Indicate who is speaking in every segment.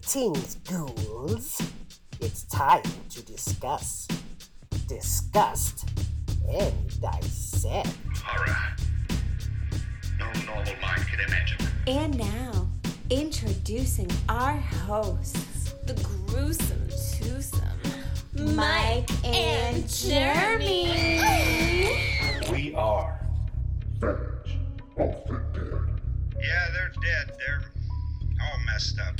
Speaker 1: Greetings, ghouls. It's time to discuss, disgust, and dissect.
Speaker 2: horror no normal mind can imagine.
Speaker 3: And now, introducing our hosts, the gruesome twosome, Mike and Jeremy.
Speaker 2: We are.
Speaker 4: Village of the Dead.
Speaker 2: Yeah, they're dead. They're all messed up.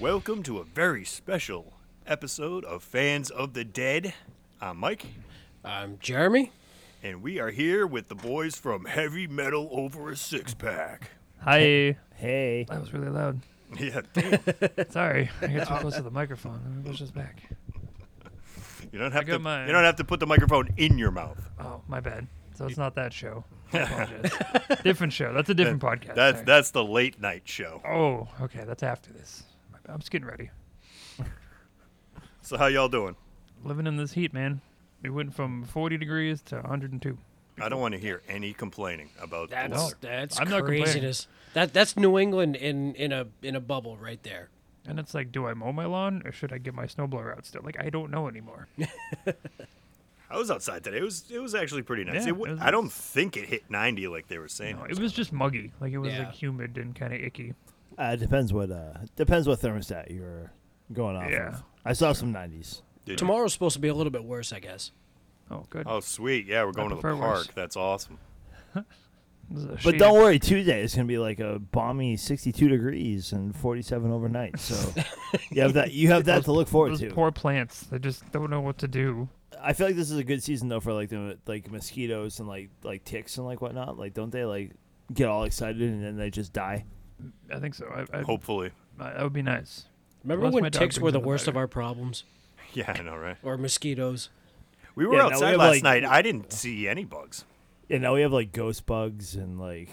Speaker 5: Welcome to a very special episode of Fans of the Dead. I'm Mike,
Speaker 6: I'm Jeremy.
Speaker 5: and we are here with the boys from Heavy Metal Over a Six Pack.
Speaker 7: Hi.
Speaker 8: Hey.
Speaker 7: That was really loud.
Speaker 5: Yeah, damn,
Speaker 7: Sorry, I got too close to the microphone. Let me push this back.
Speaker 5: you don't have
Speaker 7: got
Speaker 5: to.
Speaker 7: mine.
Speaker 5: You don't have to put the microphone in your mouth.
Speaker 7: Oh, my bad. So it's not that show. I apologize. different show. That's a different podcast.
Speaker 5: That's
Speaker 7: Sorry.
Speaker 5: that's the late night show.
Speaker 7: Oh, okay. That's after this. My bad. I'm just getting ready.
Speaker 5: So how y'all doing?
Speaker 7: Living in this heat, man. We went from 40 degrees to 102.
Speaker 5: I don't want to hear any complaining about. the
Speaker 6: That's
Speaker 5: weather.
Speaker 6: that's
Speaker 7: I'm not complaining.
Speaker 6: craziness. That that's New England in in a in a bubble right there.
Speaker 7: And it's like, do I mow my lawn or should I get my snowblower out still? Like, I don't know anymore.
Speaker 5: I was outside today. It was it was actually pretty nice. it
Speaker 7: Yeah,
Speaker 5: w-
Speaker 7: it was
Speaker 5: I don't think it hit 90 like they were saying.
Speaker 7: No, it was just muggy. Like, it was
Speaker 6: Yeah.
Speaker 7: like humid and kind of icky.
Speaker 8: Uh, it depends what uh depends what thermostat you're going off
Speaker 7: Yeah.
Speaker 8: of. I saw some nineties.
Speaker 5: Did you-
Speaker 6: Tomorrow's supposed to be a little bit worse, I guess.
Speaker 7: Oh, good.
Speaker 5: Oh sweet, yeah, we're going to the
Speaker 7: prefer
Speaker 5: park.
Speaker 7: worse.
Speaker 5: That's awesome.
Speaker 7: This is a
Speaker 8: But
Speaker 7: shade.
Speaker 8: don't worry, Tuesday is gonna be like a balmy sixty two degrees and forty seven overnight. So you have that you have that to look forward
Speaker 7: Those
Speaker 8: to.
Speaker 7: poor plants. They just don't know what to do.
Speaker 8: I feel like this is a good season though for like the like mosquitoes and like like ticks and like whatnot. Like don't they like get all excited and then they just die?
Speaker 7: I think so. I, I,
Speaker 5: Hopefully,
Speaker 7: Uh, that would be nice.
Speaker 6: Remember
Speaker 7: Unless my
Speaker 6: when
Speaker 7: dog
Speaker 6: ticks were
Speaker 7: brings
Speaker 6: the
Speaker 7: in the
Speaker 6: worst of
Speaker 7: butter.
Speaker 6: our problems,
Speaker 5: yeah, I know, right?
Speaker 6: or mosquitoes?
Speaker 5: We were
Speaker 8: Yeah, now we
Speaker 5: outside
Speaker 8: have,
Speaker 5: last
Speaker 8: like-
Speaker 5: night. I didn't see any bugs.
Speaker 8: Yeah, now we have like ghost bugs and like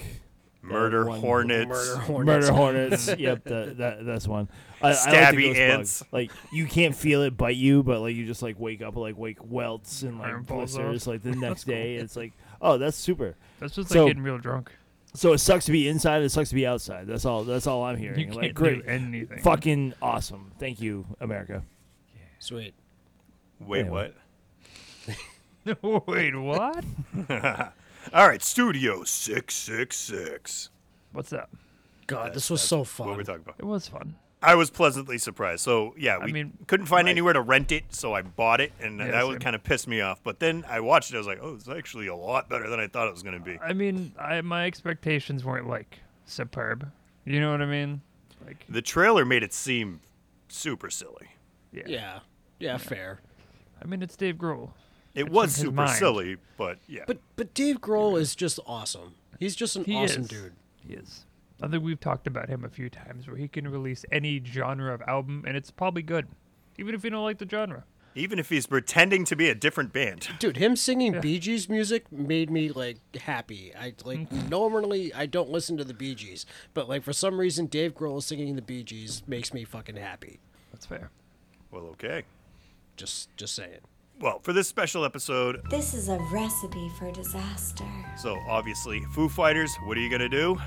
Speaker 5: Murder
Speaker 8: one-
Speaker 5: hornets.
Speaker 6: Murder hornets.
Speaker 8: Murder hornets. yep, that, that that's one. I, I like the
Speaker 5: Stabby
Speaker 8: ghost
Speaker 5: ants.
Speaker 8: bug. Like you can't feel it bite you, but like you just like wake up like wake welts and
Speaker 7: Iron
Speaker 8: like
Speaker 7: balls off.
Speaker 8: blisters like the next day. It's like oh that's super.
Speaker 7: That's just
Speaker 8: So-
Speaker 7: like getting real drunk.
Speaker 8: So it sucks to be inside. It sucks to be outside. That's all. That's all I'm hearing.
Speaker 7: You can't
Speaker 8: like
Speaker 7: do
Speaker 8: great,
Speaker 7: anything.
Speaker 8: fucking awesome. Thank you, America.
Speaker 6: Sweet.
Speaker 5: Wait,
Speaker 8: Yeah.
Speaker 5: what?
Speaker 7: Wait, what?
Speaker 5: All right, Studio 666.
Speaker 7: What's up?
Speaker 6: God, this was so
Speaker 5: What we're
Speaker 6: fun.
Speaker 5: talking about.
Speaker 7: It was fun.
Speaker 5: I was pleasantly surprised. So, yeah, we
Speaker 7: mean,
Speaker 5: couldn't find
Speaker 7: like-
Speaker 5: anywhere to rent it, so I bought it, and
Speaker 7: Yeah,
Speaker 5: that was
Speaker 7: same.
Speaker 5: kind of pissed me off. But then I watched it, I was like, oh, it's actually a lot better than I thought it was going to be.
Speaker 7: I mean, I my expectations weren't like superb. You know what I mean? Like,
Speaker 5: The trailer made it seem super silly.
Speaker 7: yeah.
Speaker 6: Yeah, yeah, fair.
Speaker 7: I mean, it's Dave Grohl.
Speaker 5: It
Speaker 7: in
Speaker 5: was
Speaker 7: his
Speaker 5: super
Speaker 7: mind.
Speaker 5: silly, but yeah.
Speaker 6: But but Dave Grohl is just awesome. He's just an
Speaker 7: He
Speaker 6: awesome
Speaker 7: is.
Speaker 6: dude.
Speaker 7: He is. I think we've talked about him a few times, where he can release any genre of album, and it's probably good, even if you don't like the genre.
Speaker 5: Even if he's pretending to be a different band.
Speaker 6: Dude, him singing Bee Gees music made me like happy. I like
Speaker 7: Mm.
Speaker 6: normally I don't listen to the Bee Gees, but like for some reason Dave Grohl singing the Bee Gees makes me fucking happy.
Speaker 7: That's fair.
Speaker 5: Well, okay.
Speaker 6: Just just saying.
Speaker 5: Well, for this special episode,
Speaker 9: This is a recipe for disaster.
Speaker 5: so obviously, Foo Fighters, what are you going to do?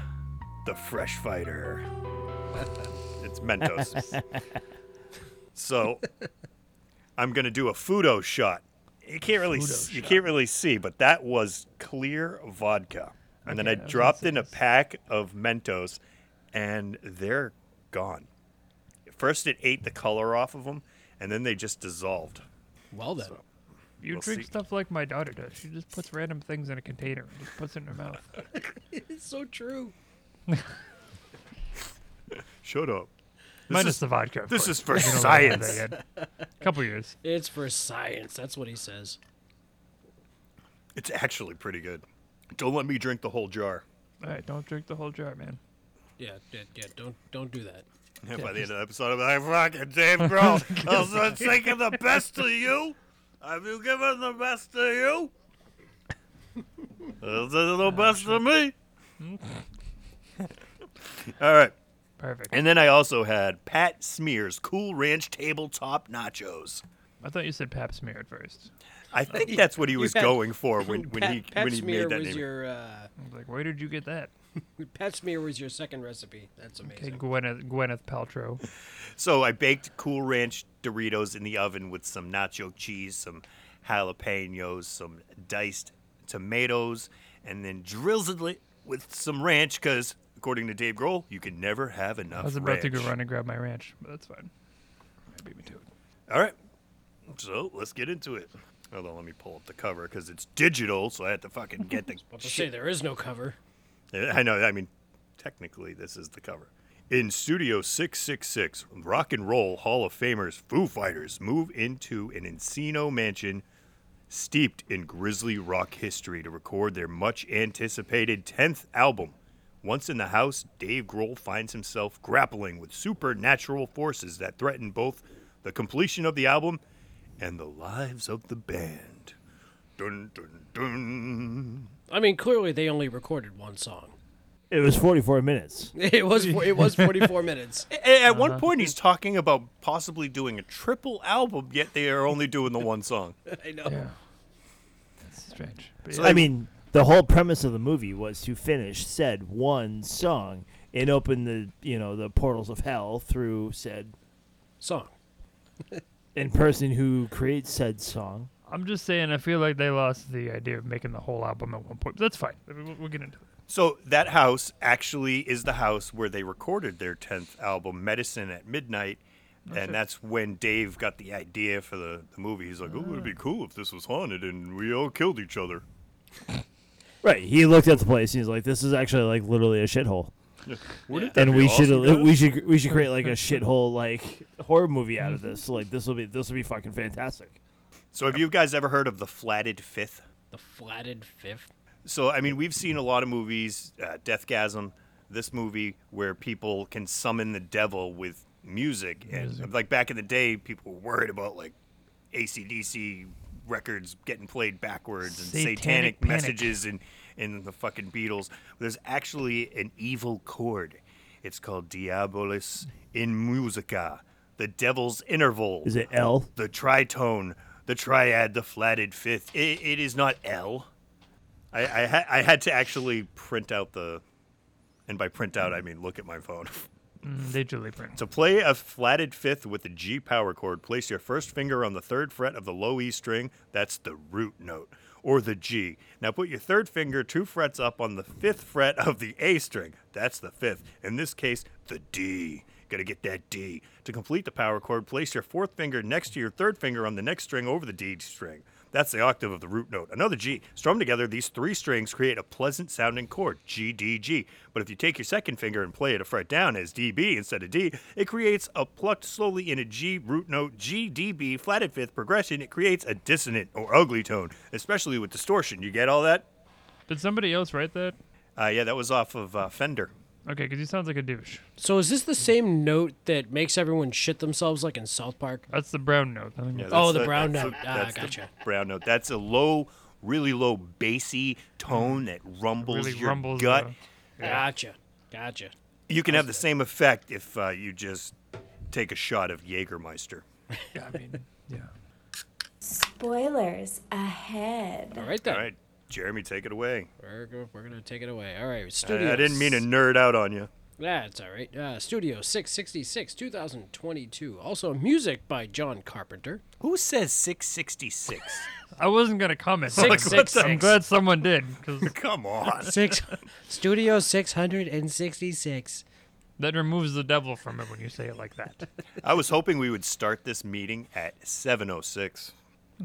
Speaker 5: The Fresh Fighter. it's Mentos. so I'm going to do a Fudo shot. You can't really s- you can't really see, but that was clear vodka. And then I
Speaker 7: Okay, I was gonna
Speaker 5: dropped
Speaker 7: say
Speaker 5: in a
Speaker 7: this.
Speaker 5: pack of Mentos and they're gone. First it ate the color off of them and then they just dissolved.
Speaker 6: Well then.
Speaker 7: You
Speaker 5: We'll
Speaker 7: drink
Speaker 5: see.
Speaker 7: stuff like my daughter does. She just puts random things in a container and just puts it in her mouth.
Speaker 6: It's so true.
Speaker 5: Shut up.
Speaker 7: Minus
Speaker 5: is-
Speaker 7: the vodka. of
Speaker 5: This
Speaker 7: course.
Speaker 5: is for
Speaker 7: You don't let
Speaker 5: science.
Speaker 7: it have that yet. Couple years.
Speaker 6: It's for science. That's what he says.
Speaker 5: It's actually pretty good. Don't let me drink the whole jar.
Speaker 7: All right, don't drink the whole jar, man.
Speaker 6: Yeah, yeah, yeah don't don't do that.
Speaker 5: And by the end of the episode, I'm like, fucking Dave Grohl, I was taking the best of you. Have you given the best to you? Is it the best of me? All right.
Speaker 7: Perfect.
Speaker 5: And then I also had Pat Smear's Cool Ranch Tabletop Nachos.
Speaker 7: I thought you said pap smear at first.
Speaker 5: I think that's what he was
Speaker 6: had-
Speaker 5: going for when, when
Speaker 6: Pat,
Speaker 5: he
Speaker 6: Pat
Speaker 5: when he
Speaker 6: Smear
Speaker 5: made that
Speaker 6: was
Speaker 5: name.
Speaker 6: your uh,
Speaker 7: I was like, where did you get that?
Speaker 6: Pet smear was your second recipe. That's
Speaker 7: Okay,
Speaker 6: amazing.
Speaker 7: Gwyneth, Gwyneth Paltrow.
Speaker 5: So I baked Cool Ranch Doritos in the oven with some nacho cheese, some jalapenos, some diced tomatoes, and then drizzled it with some ranch because, according to Dave Grohl, you can never have enough
Speaker 7: I was about to go
Speaker 5: ranch.
Speaker 7: run and grab my ranch, but that's fine. Beat me to it.
Speaker 5: All right. So let's get into it. Hold on, let me pull up the cover because it's digital, so I had to fucking get the.
Speaker 6: But to say there is no cover.
Speaker 5: I know. I mean, technically, this is the cover. In Studio 666, rock and roll Hall of Famers Foo Fighters move into an Encino mansion steeped in grisly rock history to record their much anticipated 10th album. Once in the house, Dave Grohl finds himself grappling with supernatural forces that threaten both the completion of the album and the lives of the band. Dun, dun, dun.
Speaker 6: I mean, clearly they only recorded one song.
Speaker 8: It was 44 minutes.
Speaker 6: It was fo- it was 44 minutes.
Speaker 5: A- At one point, he's talking about possibly doing a triple album, yet they are only doing the one song.
Speaker 6: I know.
Speaker 7: Yeah. That's strange. But
Speaker 5: So
Speaker 7: yeah.
Speaker 5: they-
Speaker 8: I mean, the whole premise of the movie was to finish said one song and open the you know the portals of hell through said
Speaker 6: Song.
Speaker 8: and person who creates said song.
Speaker 7: I'm just saying, I feel like they lost the idea of making the whole album at one point. But that's fine. I mean, We'll, we'll get into it.
Speaker 5: So that house actually is the house where they recorded their tenth album, Medicine at Midnight, and that's when Dave got the idea for the, the movie. He's like, "Oh, it'd be cool if this was haunted and we all killed each other."
Speaker 8: Right. He looked at the place and he's like, "This is actually like literally a shithole."
Speaker 5: Wouldn't that
Speaker 8: and
Speaker 5: be
Speaker 8: we
Speaker 5: awesome,
Speaker 8: should
Speaker 5: guys?
Speaker 8: we should we should create like a shithole like horror movie out of this. Like this will be this will be fucking fantastic.
Speaker 5: So, have you guys ever heard of the Flatted Fifth?
Speaker 6: The flatted fifth.
Speaker 5: So, I mean, we've seen a lot of movies, uh, Deathgasm, this movie where people can summon the devil with music. And like back in the day, people were worried about like ACDC records getting played backwards and satanic,
Speaker 7: Satanic panic.
Speaker 5: messages and, and the fucking Beatles. There's actually an evil chord. It's called Diabolus in Musica, the devil's interval
Speaker 8: Is it L?
Speaker 5: the tritone, the triad, the flatted fifth. I it is not L. I, I, ha- I had to actually print out the, and by print out I mean look at my phone.
Speaker 7: Mm, digitally print.
Speaker 5: to play a flatted fifth with the G power chord, place your first finger on the third fret of the low E string. That's the root note or the G. Now put your third finger two frets up on the fifth fret of the A string. That's the fifth. In this case, the D. Gotta get that D. To complete the power chord, place your fourth finger next to your third finger on the next string over the D string. That's the octave of the root note. Another G. Strummed together, these three strings create a pleasant sounding chord, G, D, G. But if you take your second finger and play it a fret down as DB instead of D, it creates a plucked slowly in a G root note, G, D, B, flatted fifth progression. It creates a dissonant or ugly tone, especially with distortion. You get all that?
Speaker 7: Did somebody else write that?
Speaker 5: Uh, yeah, that was off of uh, Fender.
Speaker 7: Okay, because he sounds like a douche.
Speaker 6: So is this the same note that makes everyone shit themselves like in South Park?
Speaker 7: That's the brown note. I think
Speaker 5: Yeah,
Speaker 6: Oh,
Speaker 5: that's
Speaker 6: the brown
Speaker 5: that's
Speaker 6: note. Ah,
Speaker 5: that's the
Speaker 6: gotcha.
Speaker 5: brown note. That's a low, really low, bassy tone that rumbles
Speaker 7: really
Speaker 5: your
Speaker 7: rumbles.
Speaker 5: gut.
Speaker 7: the-
Speaker 6: Gotcha. Gotcha.
Speaker 5: You can have the same effect if uh, you just take a shot of Jägermeister.
Speaker 7: yeah, I mean, yeah.
Speaker 9: Spoilers ahead.
Speaker 6: All right
Speaker 5: All
Speaker 6: then.
Speaker 5: right, Jeremy, take it away.
Speaker 6: We're, go- we're gonna take it away. All right.
Speaker 5: I,
Speaker 6: Studio
Speaker 5: I didn't mean to nerd out on you.
Speaker 6: That's all right. Uh, Studio 666, 2022. Also, music by John Carpenter.
Speaker 5: Who says 666?
Speaker 7: I wasn't gonna comment.
Speaker 6: Six,
Speaker 7: I'm
Speaker 6: six,
Speaker 7: glad- I'm
Speaker 6: six.
Speaker 7: glad someone did because
Speaker 5: Come on.
Speaker 6: Six, Studio 666.
Speaker 7: that removes the devil from it when you say it like that.
Speaker 5: I was hoping we would start this meeting at 7:06
Speaker 7: It's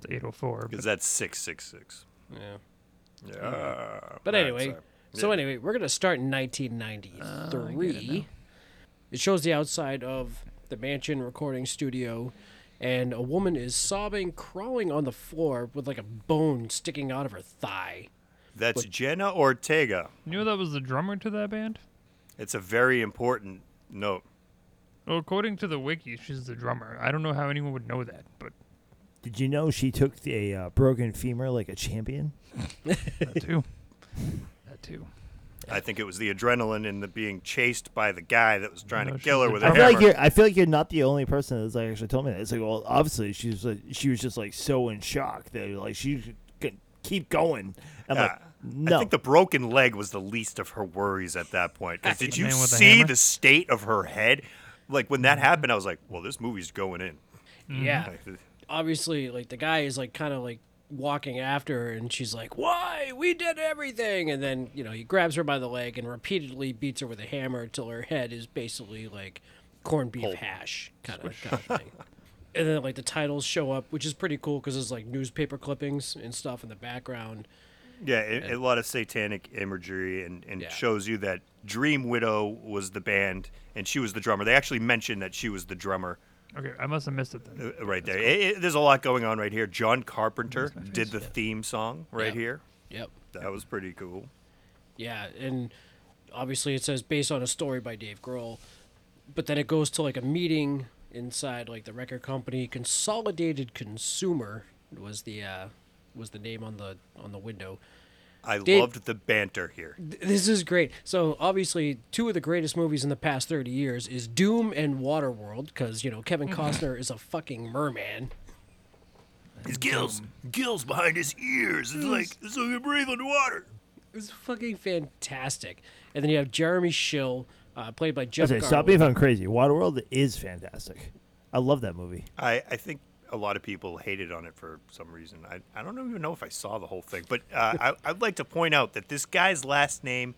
Speaker 7: 804. but-
Speaker 5: because that's 666.
Speaker 6: Yeah.
Speaker 5: Yeah.
Speaker 6: But
Speaker 5: All right,
Speaker 6: anyway,
Speaker 5: sorry.
Speaker 6: so anyway, we're gonna start in Ah, 1993. it shows the outside of the mansion recording studio, and a woman is sobbing, crawling on the floor with like a bone sticking out of her thigh.
Speaker 5: That's Jenna Ortega.
Speaker 7: You know that was the drummer to that band?
Speaker 5: It's a very important note.
Speaker 7: Well, according to the wiki, she's the drummer. I don't know how anyone would know that, but
Speaker 8: Did you know she took the uh, broken femur like a champion?
Speaker 7: that too. that too.
Speaker 5: I think it was the adrenaline and the being chased by the guy that was trying
Speaker 7: No,
Speaker 5: to kill
Speaker 7: she's
Speaker 5: her
Speaker 7: a
Speaker 5: with a
Speaker 8: I
Speaker 7: drummer.
Speaker 8: feel
Speaker 5: hammer.
Speaker 8: like you're. I feel like you're not the only person that's like actually told me that. It's like, well, obviously she was like, she was just like so in shock that like she could keep going. I'm like,
Speaker 5: Yeah.
Speaker 8: No.
Speaker 5: I think the broken leg was the least of her worries at that point. 'Cause did you
Speaker 7: Man with a
Speaker 5: see
Speaker 7: hammer?
Speaker 5: the state of her head? Like when that happened, I was like, "Well, this movie's going in."
Speaker 6: Yeah.
Speaker 5: Like,
Speaker 6: Obviously, like the guy is like kind of like walking after her, and she's like, "Why? We did everything!" And then you know he grabs her by the leg and repeatedly beats her with a hammer till her head is basically like corned beef hash kind of, kind of thing. And then like the titles show up, which is pretty cool because it's like newspaper clippings and stuff in the background.
Speaker 5: Yeah, a, a lot of satanic imagery and, and
Speaker 6: Yeah.
Speaker 5: shows you that Dream Widow was the band and she was the drummer. They actually mentioned that she was the drummer
Speaker 7: Okay, I must have missed it then.
Speaker 5: uh, right there. It- it- there's a lot going on right here. John Carpenter did the theme song right
Speaker 6: Yeah.
Speaker 5: here.
Speaker 6: Yep.
Speaker 5: That was pretty cool.
Speaker 6: Yeah, and obviously it says based on a story by Dave Grohl, but then it goes to like a meeting inside like the record company Consolidated Consumer was the uh, was the name on the on the window.
Speaker 5: I
Speaker 6: Dave-
Speaker 5: loved the banter here.
Speaker 6: Th- This is great. So obviously, two of the greatest movies in the past thirty years is Doom and Waterworld, because you know Kevin
Speaker 8: Mm-hmm.
Speaker 6: Costner is a fucking merman.
Speaker 5: His gills, gills behind his ears. It's like so you breathe underwater.
Speaker 6: It was fucking fantastic. And then you have Jeremy Schill, uh, played by Jeff.
Speaker 8: Okay, stop me
Speaker 6: Garland.
Speaker 8: if I'm crazy. Waterworld is fantastic. I love that movie.
Speaker 5: I, I think a lot of people hated on it for some reason. I, I don't even know if I saw the whole thing, but uh, I, I'd like to point out that this guy's last name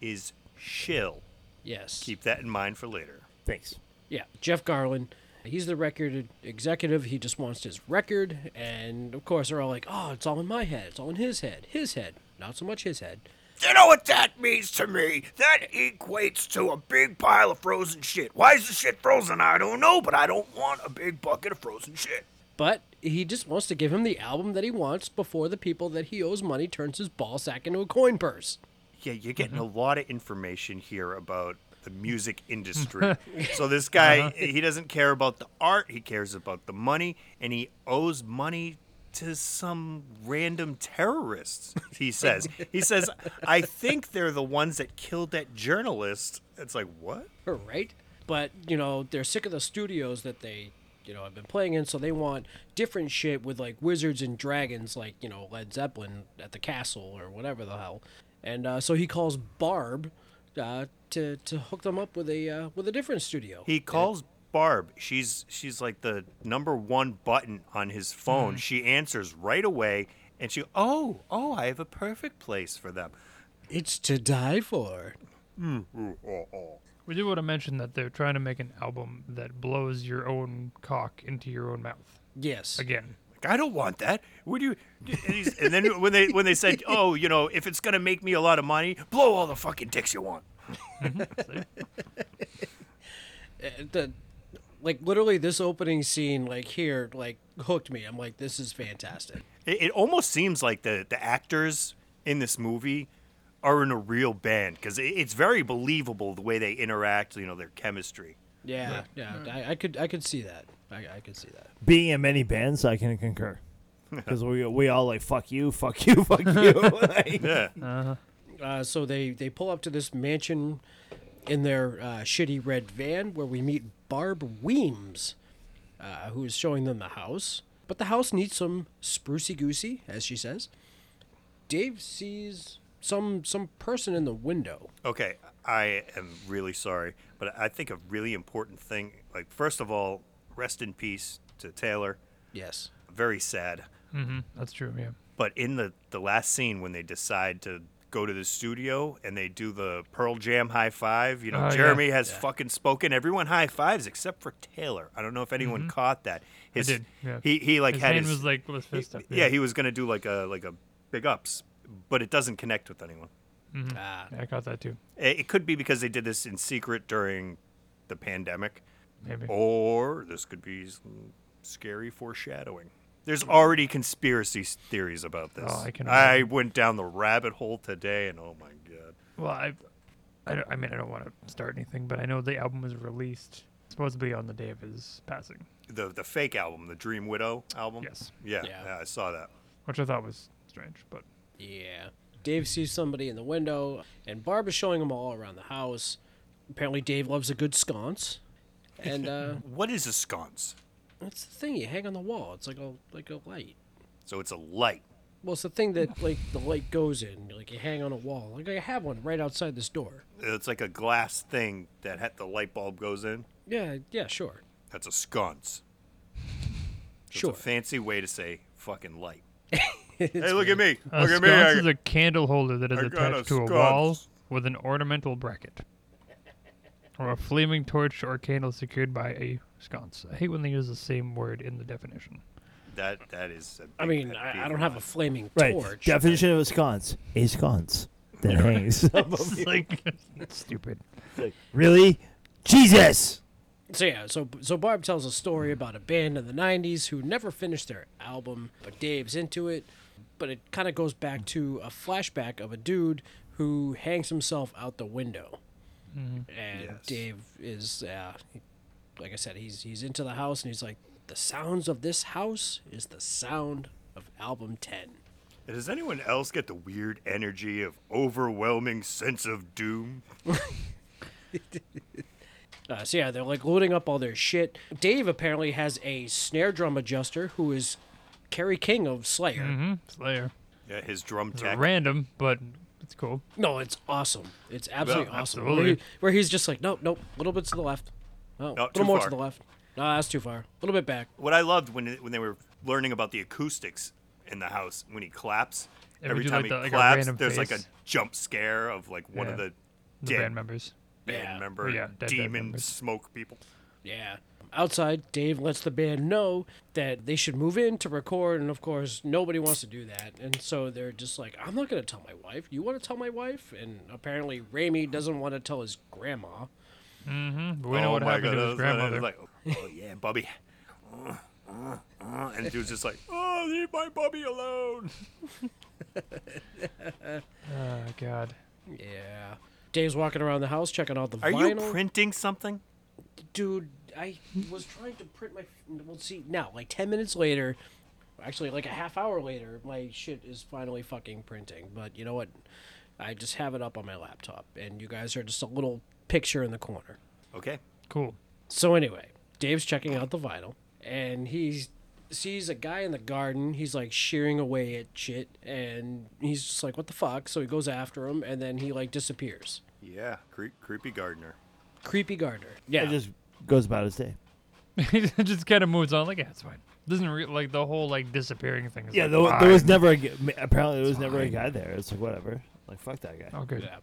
Speaker 5: is Shill.
Speaker 6: Yes.
Speaker 5: Keep that in mind for later.
Speaker 8: Thanks.
Speaker 6: Yeah, Jeff Garland. He's the record executive. He just wants his record. And of course, they're all like, oh, it's all in my head. It's all in his head. His head. Not so much his head.
Speaker 5: You know what that means to me? That equates to a big pile of frozen shit. Why is the shit frozen? I don't know, but I don't want a big bucket of frozen shit.
Speaker 6: But he just wants to give him the album that he wants before the people that he owes money turns his ball sack into a coin purse.
Speaker 5: Yeah, you're getting a lot of information here about the music industry. so this guy, he doesn't care about the art, he cares about the money, and he owes money to some random terrorists, he says. he says, I think they're the ones that killed that journalist. It's like, what?
Speaker 6: right? But, you know, they're sick of the studios that they, you know, have been playing in, so they want different shit with like wizards and dragons, like, you know, Led Zeppelin at the castle or whatever the hell. And uh, so he calls Barb uh, to, to hook them up with a uh, with a different studio.
Speaker 5: He calls Barb. She's she's like the number one button on his phone. She answers right away and she, "Oh, oh, I have a perfect place for them."
Speaker 6: it's to die for.
Speaker 5: oh,
Speaker 7: We do want to mention that they're trying to make an album that blows your own cock into your own mouth.
Speaker 6: Yes.
Speaker 7: Again,
Speaker 5: I don't want that. Would you? And, he's- and then when they when they said, "Oh, you know, if it's gonna make me a lot of money, blow all the fucking dicks you want."
Speaker 6: the like literally this opening scene like here like hooked me. I'm like this is fantastic.
Speaker 5: It, it almost seems like the the actors in this movie are in a real band because it, it's very believable the way they interact. You know, their chemistry.
Speaker 6: Yeah, yeah. I, I could I could see that. I, I could see that.
Speaker 8: Being in many bands, I can concur. Because we, we all like, fuck you, fuck you, fuck you. Like,
Speaker 5: Yeah,
Speaker 6: Uh, so they they pull up to this mansion in their uh, shitty red van where we meet Barb Weems, uh, who is showing them the house. But the house needs some sprucey goosey, as she says. Dave sees some some person in the window.
Speaker 5: Okay, I am really sorry, but I think a really important thing, like first of all, rest in peace to Taylor.
Speaker 6: Yes.
Speaker 5: Very sad.
Speaker 7: Mm-hmm, that's true. Yeah.
Speaker 5: But in the the last scene when they decide to go to the studio and they do the Pearl Jam high five, you know,
Speaker 7: Oh, yeah.
Speaker 5: Jeremy has fucking spoken. Everyone high fives except for Taylor. I don't know if anyone caught that. His,
Speaker 7: Mm-hmm. did, yeah.
Speaker 5: He he like
Speaker 7: his
Speaker 5: had
Speaker 7: hand
Speaker 5: his
Speaker 7: was like was fist up.
Speaker 5: yeah he was gonna do like a like a big ups, but it doesn't connect with anyone.
Speaker 6: Ah,
Speaker 7: Yeah, I caught that too.
Speaker 5: It it could be because they did this in secret during the pandemic,
Speaker 7: Maybe.
Speaker 5: or this could be some scary foreshadowing. There's already conspiracy s- theories about this.
Speaker 7: Oh, I can
Speaker 5: I
Speaker 7: imagine.
Speaker 5: went down the rabbit hole today, and oh my god.
Speaker 7: Well, I, I, don't- I mean, I don't want to start anything, but I know the album was released supposedly on the day of his passing,
Speaker 5: The, the fake album, the Dream Widow album.
Speaker 7: Yes.
Speaker 5: Yeah,
Speaker 6: Yeah.
Speaker 5: yeah, I saw that.
Speaker 7: which I thought was strange. But
Speaker 6: yeah. Dave sees somebody in the window, and Barb is showing them all around the house. Apparently, Dave loves a good sconce, and uh,
Speaker 5: What is a sconce?
Speaker 6: that's the thing you hang on the wall. It's like a like a light.
Speaker 5: So it's a light.
Speaker 6: Well, it's the thing that like the light goes in, like you hang on a wall. Like I have one right outside this door.
Speaker 5: It's like a glass thing that ha- the light bulb goes in.
Speaker 6: Yeah, yeah, sure,
Speaker 5: That's a sconce.
Speaker 6: sure.
Speaker 5: It's a fancy way to say fucking light. hey, look at me.
Speaker 7: A
Speaker 5: look at me.
Speaker 7: sconce
Speaker 5: I-
Speaker 7: is a candle holder that is
Speaker 5: I got a
Speaker 7: attached to a wall
Speaker 5: sconce.
Speaker 7: with an ornamental bracket. Or a flaming torch or candle secured by a sconce. I hate when they use the same word in the definition.
Speaker 5: that that is. A big
Speaker 6: I mean,
Speaker 5: pet peeve
Speaker 6: I, I
Speaker 5: of
Speaker 6: don't have
Speaker 5: mine.
Speaker 6: a flaming
Speaker 8: Right.
Speaker 6: torch.
Speaker 8: Definition of a sconce: a sconce that hangs.
Speaker 7: It's like it's stupid.
Speaker 8: really, Jesus.
Speaker 6: So yeah, so so Barb tells a story about a band in the '90s who never finished their album, but Dave's into it. But it kind of goes back to a flashback of a dude who hangs himself out the window, and
Speaker 5: Mm-hmm. Yes.
Speaker 6: Dave is, uh, like I said, he's he's into the house, and he's like, the sounds of this house is the sound of album ten.
Speaker 5: Does anyone else get the weird energy of overwhelming sense of doom?
Speaker 6: Uh, so yeah, they're like loading up all their shit. Dave apparently has a snare drum adjuster who is Kerry King of Slayer.
Speaker 7: hmm Slayer.
Speaker 5: Yeah, his drum
Speaker 7: It's
Speaker 5: tech.
Speaker 7: random, but it's cool.
Speaker 6: No, it's awesome. It's absolutely
Speaker 5: Yeah,
Speaker 6: awesome.
Speaker 7: absolutely.
Speaker 6: Where, he- where he's just like, nope, nope, a little bit to the left. No, a
Speaker 5: too
Speaker 6: little more
Speaker 5: far.
Speaker 6: to the left. No, that's too far. A little bit back.
Speaker 5: what I loved when it- when they were learning about the acoustics in the house when he claps.
Speaker 7: And we
Speaker 5: Every
Speaker 7: do,
Speaker 5: time
Speaker 7: like, the-
Speaker 5: he
Speaker 7: like a
Speaker 5: claps,
Speaker 7: random
Speaker 5: there's like a
Speaker 7: face.
Speaker 5: jump scare of like one of
Speaker 7: Yeah.
Speaker 5: the
Speaker 7: The
Speaker 5: dead
Speaker 7: band members.
Speaker 5: band
Speaker 6: Yeah.
Speaker 5: member
Speaker 7: Yeah, dead band
Speaker 5: demon
Speaker 7: members.
Speaker 5: smoke people.
Speaker 6: Yeah. Outside, Dave lets the band know that they should move in to record, and of course, nobody wants to do that. And so they're just like, I'm not going to tell my wife. You want to tell my wife? And apparently, Raimi doesn't want to tell his grandma.
Speaker 7: But
Speaker 5: Oh
Speaker 7: we know what happened to
Speaker 5: that's
Speaker 7: his
Speaker 5: what I
Speaker 7: grandmother.
Speaker 5: was Like, oh yeah, Bubby. Uh, uh, uh, and he was just like, "Oh, leave my Bubby alone."
Speaker 7: oh God.
Speaker 6: Yeah. Dave's walking around the house checking out the
Speaker 5: Are
Speaker 6: vinyl.
Speaker 5: you printing something?
Speaker 6: dude, I was trying to print my. We'll see now. Like ten minutes later, actually, like a half hour later, my shit is finally fucking printing. But you know what? I just have it up on my laptop, and you guys are just a little picture in the corner.
Speaker 5: Okay.
Speaker 7: Cool.
Speaker 6: So anyway, Dave's checking out the vinyl, and he sees a guy in the garden. He's like shearing away at shit, and he's just like, "What the fuck?" So he goes after him, and then he like disappears.
Speaker 5: Yeah, creep, creepy gardener.
Speaker 6: Creepy gardener. Yeah.
Speaker 8: It just goes about his day.
Speaker 7: He just kind of moves on. Like yeah, it's fine. Doesn't re- like the whole like disappearing thing. Is
Speaker 8: Yeah,
Speaker 7: like,
Speaker 8: there, wa- there was
Speaker 7: fine.
Speaker 8: never a, g- ma- apparently there was never a guy there. It's like whatever. Like fuck that guy.
Speaker 7: Oh, good.
Speaker 6: Yeah.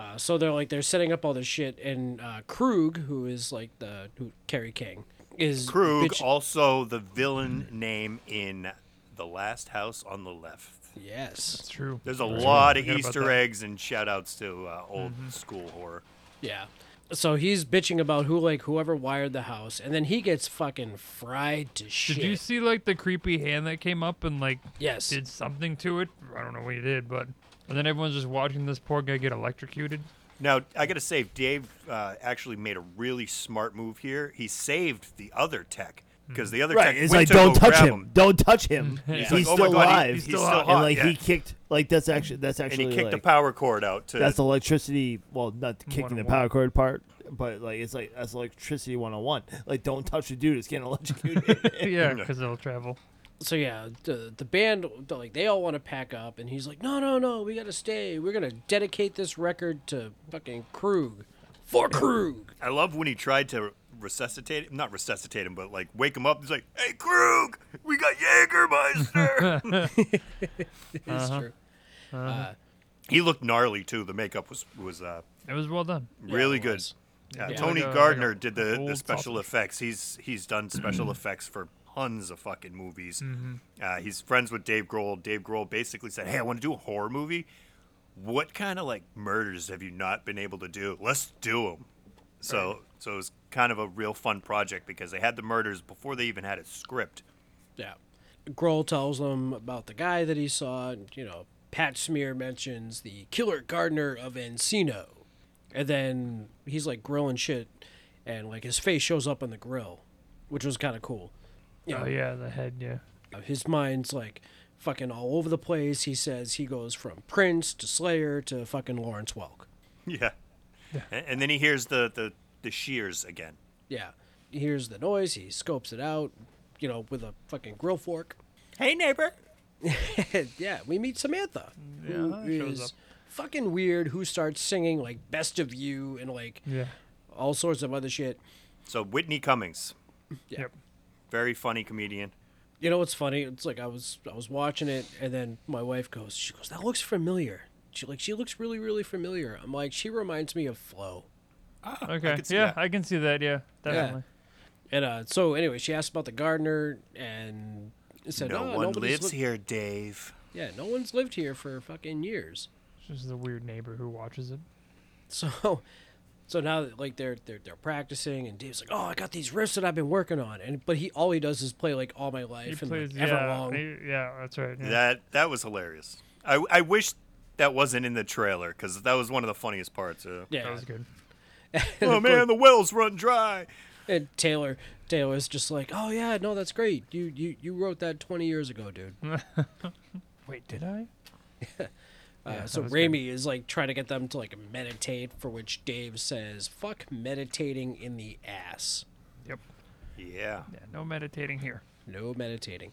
Speaker 6: Uh, so they're like they're setting up all this shit, and uh, Krug, who is like the who Kerry King, is
Speaker 5: Krug,
Speaker 6: bitch-
Speaker 5: also the villain name in The Last House on the Left.
Speaker 6: yes,
Speaker 7: It's true.
Speaker 5: There's a
Speaker 7: It's true.
Speaker 5: lot of
Speaker 7: Forgot about
Speaker 5: Easter
Speaker 7: that. Mm-hmm.
Speaker 5: eggs and shout outs to uh, old school horror.
Speaker 6: yeah. So he's bitching about who like whoever wired the house, and then he gets fucking fried to
Speaker 7: Did
Speaker 6: shit.
Speaker 7: you see like the creepy hand that came up and like
Speaker 6: Yes.
Speaker 7: did something to it? I don't know what he did, but and then everyone's just watching this poor guy get electrocuted.
Speaker 5: Now, I got to say, Dave uh, actually made a really smart move here. He saved the other tech because
Speaker 7: Mm-hmm.
Speaker 5: the other
Speaker 8: Right.
Speaker 5: tech
Speaker 8: It's
Speaker 5: went
Speaker 8: like
Speaker 5: to go
Speaker 8: don't touch
Speaker 5: grab
Speaker 8: him. Don't touch him.
Speaker 7: He's
Speaker 8: he's
Speaker 5: like, "Oh my
Speaker 8: still
Speaker 5: God, he-
Speaker 8: alive.
Speaker 5: he's still
Speaker 8: and
Speaker 5: hot,
Speaker 8: like
Speaker 5: yeah.
Speaker 8: he kicked like that's actually that's
Speaker 5: And
Speaker 8: actually
Speaker 5: he kicked
Speaker 8: like,
Speaker 5: the power oh cord out to
Speaker 8: That's electricity. Well, not kicking the
Speaker 7: 101.
Speaker 8: power cord part, but like it's like that's electricity 101. Like don't touch a dude. It's getting electrocuted.
Speaker 7: yeah, because it'll travel.
Speaker 6: so yeah, the the band like they all want to pack up, and he's like, no, no, no, we gotta stay. We're gonna dedicate this record to fucking Krug, for Krug.
Speaker 5: I love when he tried to resuscitate him, not resuscitate him, but like wake him up. He's like, "Hey, Krug, we got Jägermeister."
Speaker 6: It's
Speaker 7: Uh-huh.
Speaker 6: true.
Speaker 5: he looked gnarly too. The makeup was was uh,
Speaker 7: It was well done.
Speaker 5: really
Speaker 6: it
Speaker 5: good.
Speaker 6: was.
Speaker 5: Yeah,
Speaker 6: Yeah.
Speaker 5: Tony
Speaker 7: Like a- like
Speaker 5: Gardner
Speaker 7: a
Speaker 5: did the, the
Speaker 7: old
Speaker 5: special
Speaker 7: sausage.
Speaker 5: effects. He's he's done special effects for tons of fucking movies. Uh, he's friends with Dave Grohl. Dave Grohl basically said, "Hey, I want to do a horror movie. What kind of like murders have you not been able to do? Let's do them." So so it was kind of a real fun project because they had the murders before they even had a script.
Speaker 6: Yeah. Grohl tells them about the guy that he saw. And, you know, Pat Smear mentions the killer gardener of Encino. And then he's like grilling shit, and like his face shows up on the grill, which was kind of cool. Uh,
Speaker 7: Oh yeah, the head. Yeah.
Speaker 6: His mind's like fucking all over the place. He says he goes from Prince to Slayer to fucking Lawrence Welk.
Speaker 5: Yeah. And, and then he hears the the the shears again.
Speaker 6: Yeah. He hears the noise. He scopes it out, you know, with a fucking grill fork.
Speaker 5: Hey neighbor.
Speaker 6: yeah, we meet Samantha. who
Speaker 7: Yeah, shows
Speaker 6: is
Speaker 7: up.
Speaker 6: fucking weird, who starts singing like Best of You and like
Speaker 7: Yeah.
Speaker 6: all sorts of other shit.
Speaker 5: So Whitney Cummings,
Speaker 7: Yep.
Speaker 5: very funny comedian.
Speaker 6: You know what's funny? It's like I was I was watching it and then my wife goes, She goes, That looks familiar. She like she looks really, really familiar. I'm like, she reminds me of Flo.
Speaker 7: Okay.
Speaker 5: could see
Speaker 7: yeah,
Speaker 5: that.
Speaker 7: I can see that. Yeah, definitely.
Speaker 6: And uh, so anyway, she asked about the gardener and said,
Speaker 5: No
Speaker 6: "Oh,
Speaker 5: one
Speaker 6: nobody's
Speaker 5: lives
Speaker 6: look-
Speaker 5: here, Dave.
Speaker 6: Yeah, no one's lived here for fucking years.
Speaker 7: It's just the weird neighbor who watches it.
Speaker 6: So, so now that like they're they're they're practicing, and Dave's like, "Oh, I got these riffs that I've been working on," and but he all he does is play like all my life
Speaker 7: He
Speaker 6: and
Speaker 7: plays.
Speaker 6: like, ever
Speaker 7: yeah,
Speaker 6: long.
Speaker 7: he- yeah, that's right. Yeah.
Speaker 5: That that was hilarious. I I wish that wasn't in the trailer because that was one of the funniest parts. Uh,
Speaker 6: yeah,
Speaker 7: That was good.
Speaker 6: And
Speaker 5: Oh
Speaker 6: of
Speaker 5: man,
Speaker 6: course-
Speaker 5: the well's run dry.
Speaker 6: and Taylor Taylor's just like, "Oh yeah, no, that's great. You you you wrote that twenty years ago, dude."
Speaker 7: Mm, Wait, did I?
Speaker 6: Uh, so
Speaker 7: was good.
Speaker 6: Raimi is like trying to get them to like meditate, for which Dave says, "Fuck meditating in the ass."
Speaker 7: Yep.
Speaker 5: Yeah.
Speaker 7: Yeah, no meditating here.
Speaker 6: no meditating.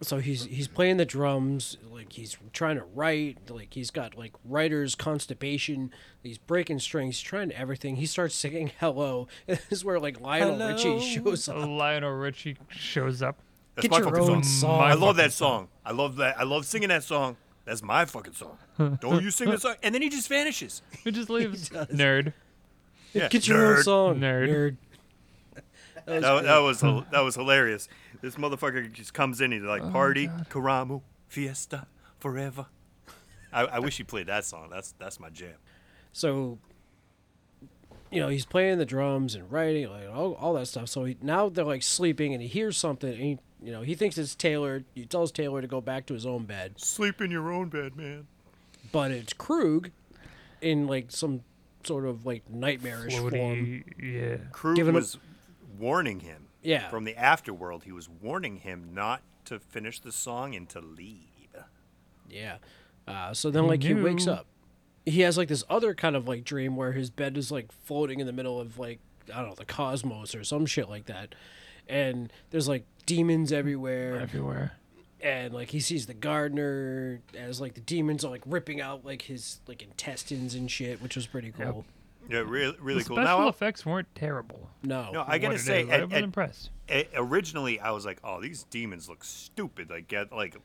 Speaker 6: So he's he's playing the drums, like he's trying to write, like he's got like writer's constipation. He's breaking strings, trying everything. He starts singing "Hello." And this is where like Lionel Richie shows up.
Speaker 7: Lionel Richie shows up.
Speaker 5: That's
Speaker 6: Get
Speaker 5: my
Speaker 6: your
Speaker 5: fucking
Speaker 6: own
Speaker 5: song.
Speaker 6: song.
Speaker 5: I love that song. I love that. I love singing that song. That's my fucking song. Don't you sing the song? And then he just vanishes.
Speaker 7: He just leaves. Nerd.
Speaker 5: Yeah,
Speaker 6: Get your own
Speaker 5: nerd.
Speaker 6: song,
Speaker 7: Nerd.
Speaker 6: nerd. That was
Speaker 5: That,
Speaker 6: great.
Speaker 5: that was hil- that was hilarious. This motherfucker just comes in. He's
Speaker 6: Oh,
Speaker 5: like, "Party, Karamu, Fiesta, Forever." I, I wish he played that song. That's that's my jam.
Speaker 6: so you know he's playing the drums and writing like all, all that stuff so he, now they're like sleeping and he hears something and he you know he thinks it's taylor he tells taylor to go back to his own bed
Speaker 5: Sleep in your own bed, man.
Speaker 6: but it's krug in like some sort of like nightmarish form
Speaker 7: Floaty. Yeah.
Speaker 5: Krug
Speaker 6: Giving him-
Speaker 5: was warning him.
Speaker 6: Yeah.
Speaker 5: From the afterworld, he was warning him not to finish the song and to leave.
Speaker 6: yeah uh, so then like he wakes
Speaker 7: knew.
Speaker 6: up he has like this other kind of like dream where his bed is like floating in the middle of like i don't know the cosmos or some shit like that and there's like demons everywhere
Speaker 7: Everywhere.
Speaker 6: and like he sees the gardener as like the demons are like ripping out like his like intestines and shit, which was pretty cool.
Speaker 5: Yeah, really, really
Speaker 7: the
Speaker 5: cool.
Speaker 7: special
Speaker 5: Now,
Speaker 7: effects weren't terrible.
Speaker 6: No,
Speaker 5: no, I gotta
Speaker 7: What it
Speaker 5: say,
Speaker 7: is,
Speaker 5: at-
Speaker 7: I was
Speaker 5: at-
Speaker 7: impressed.
Speaker 5: I- originally I was like, "Oh, these demons look stupid. Like get like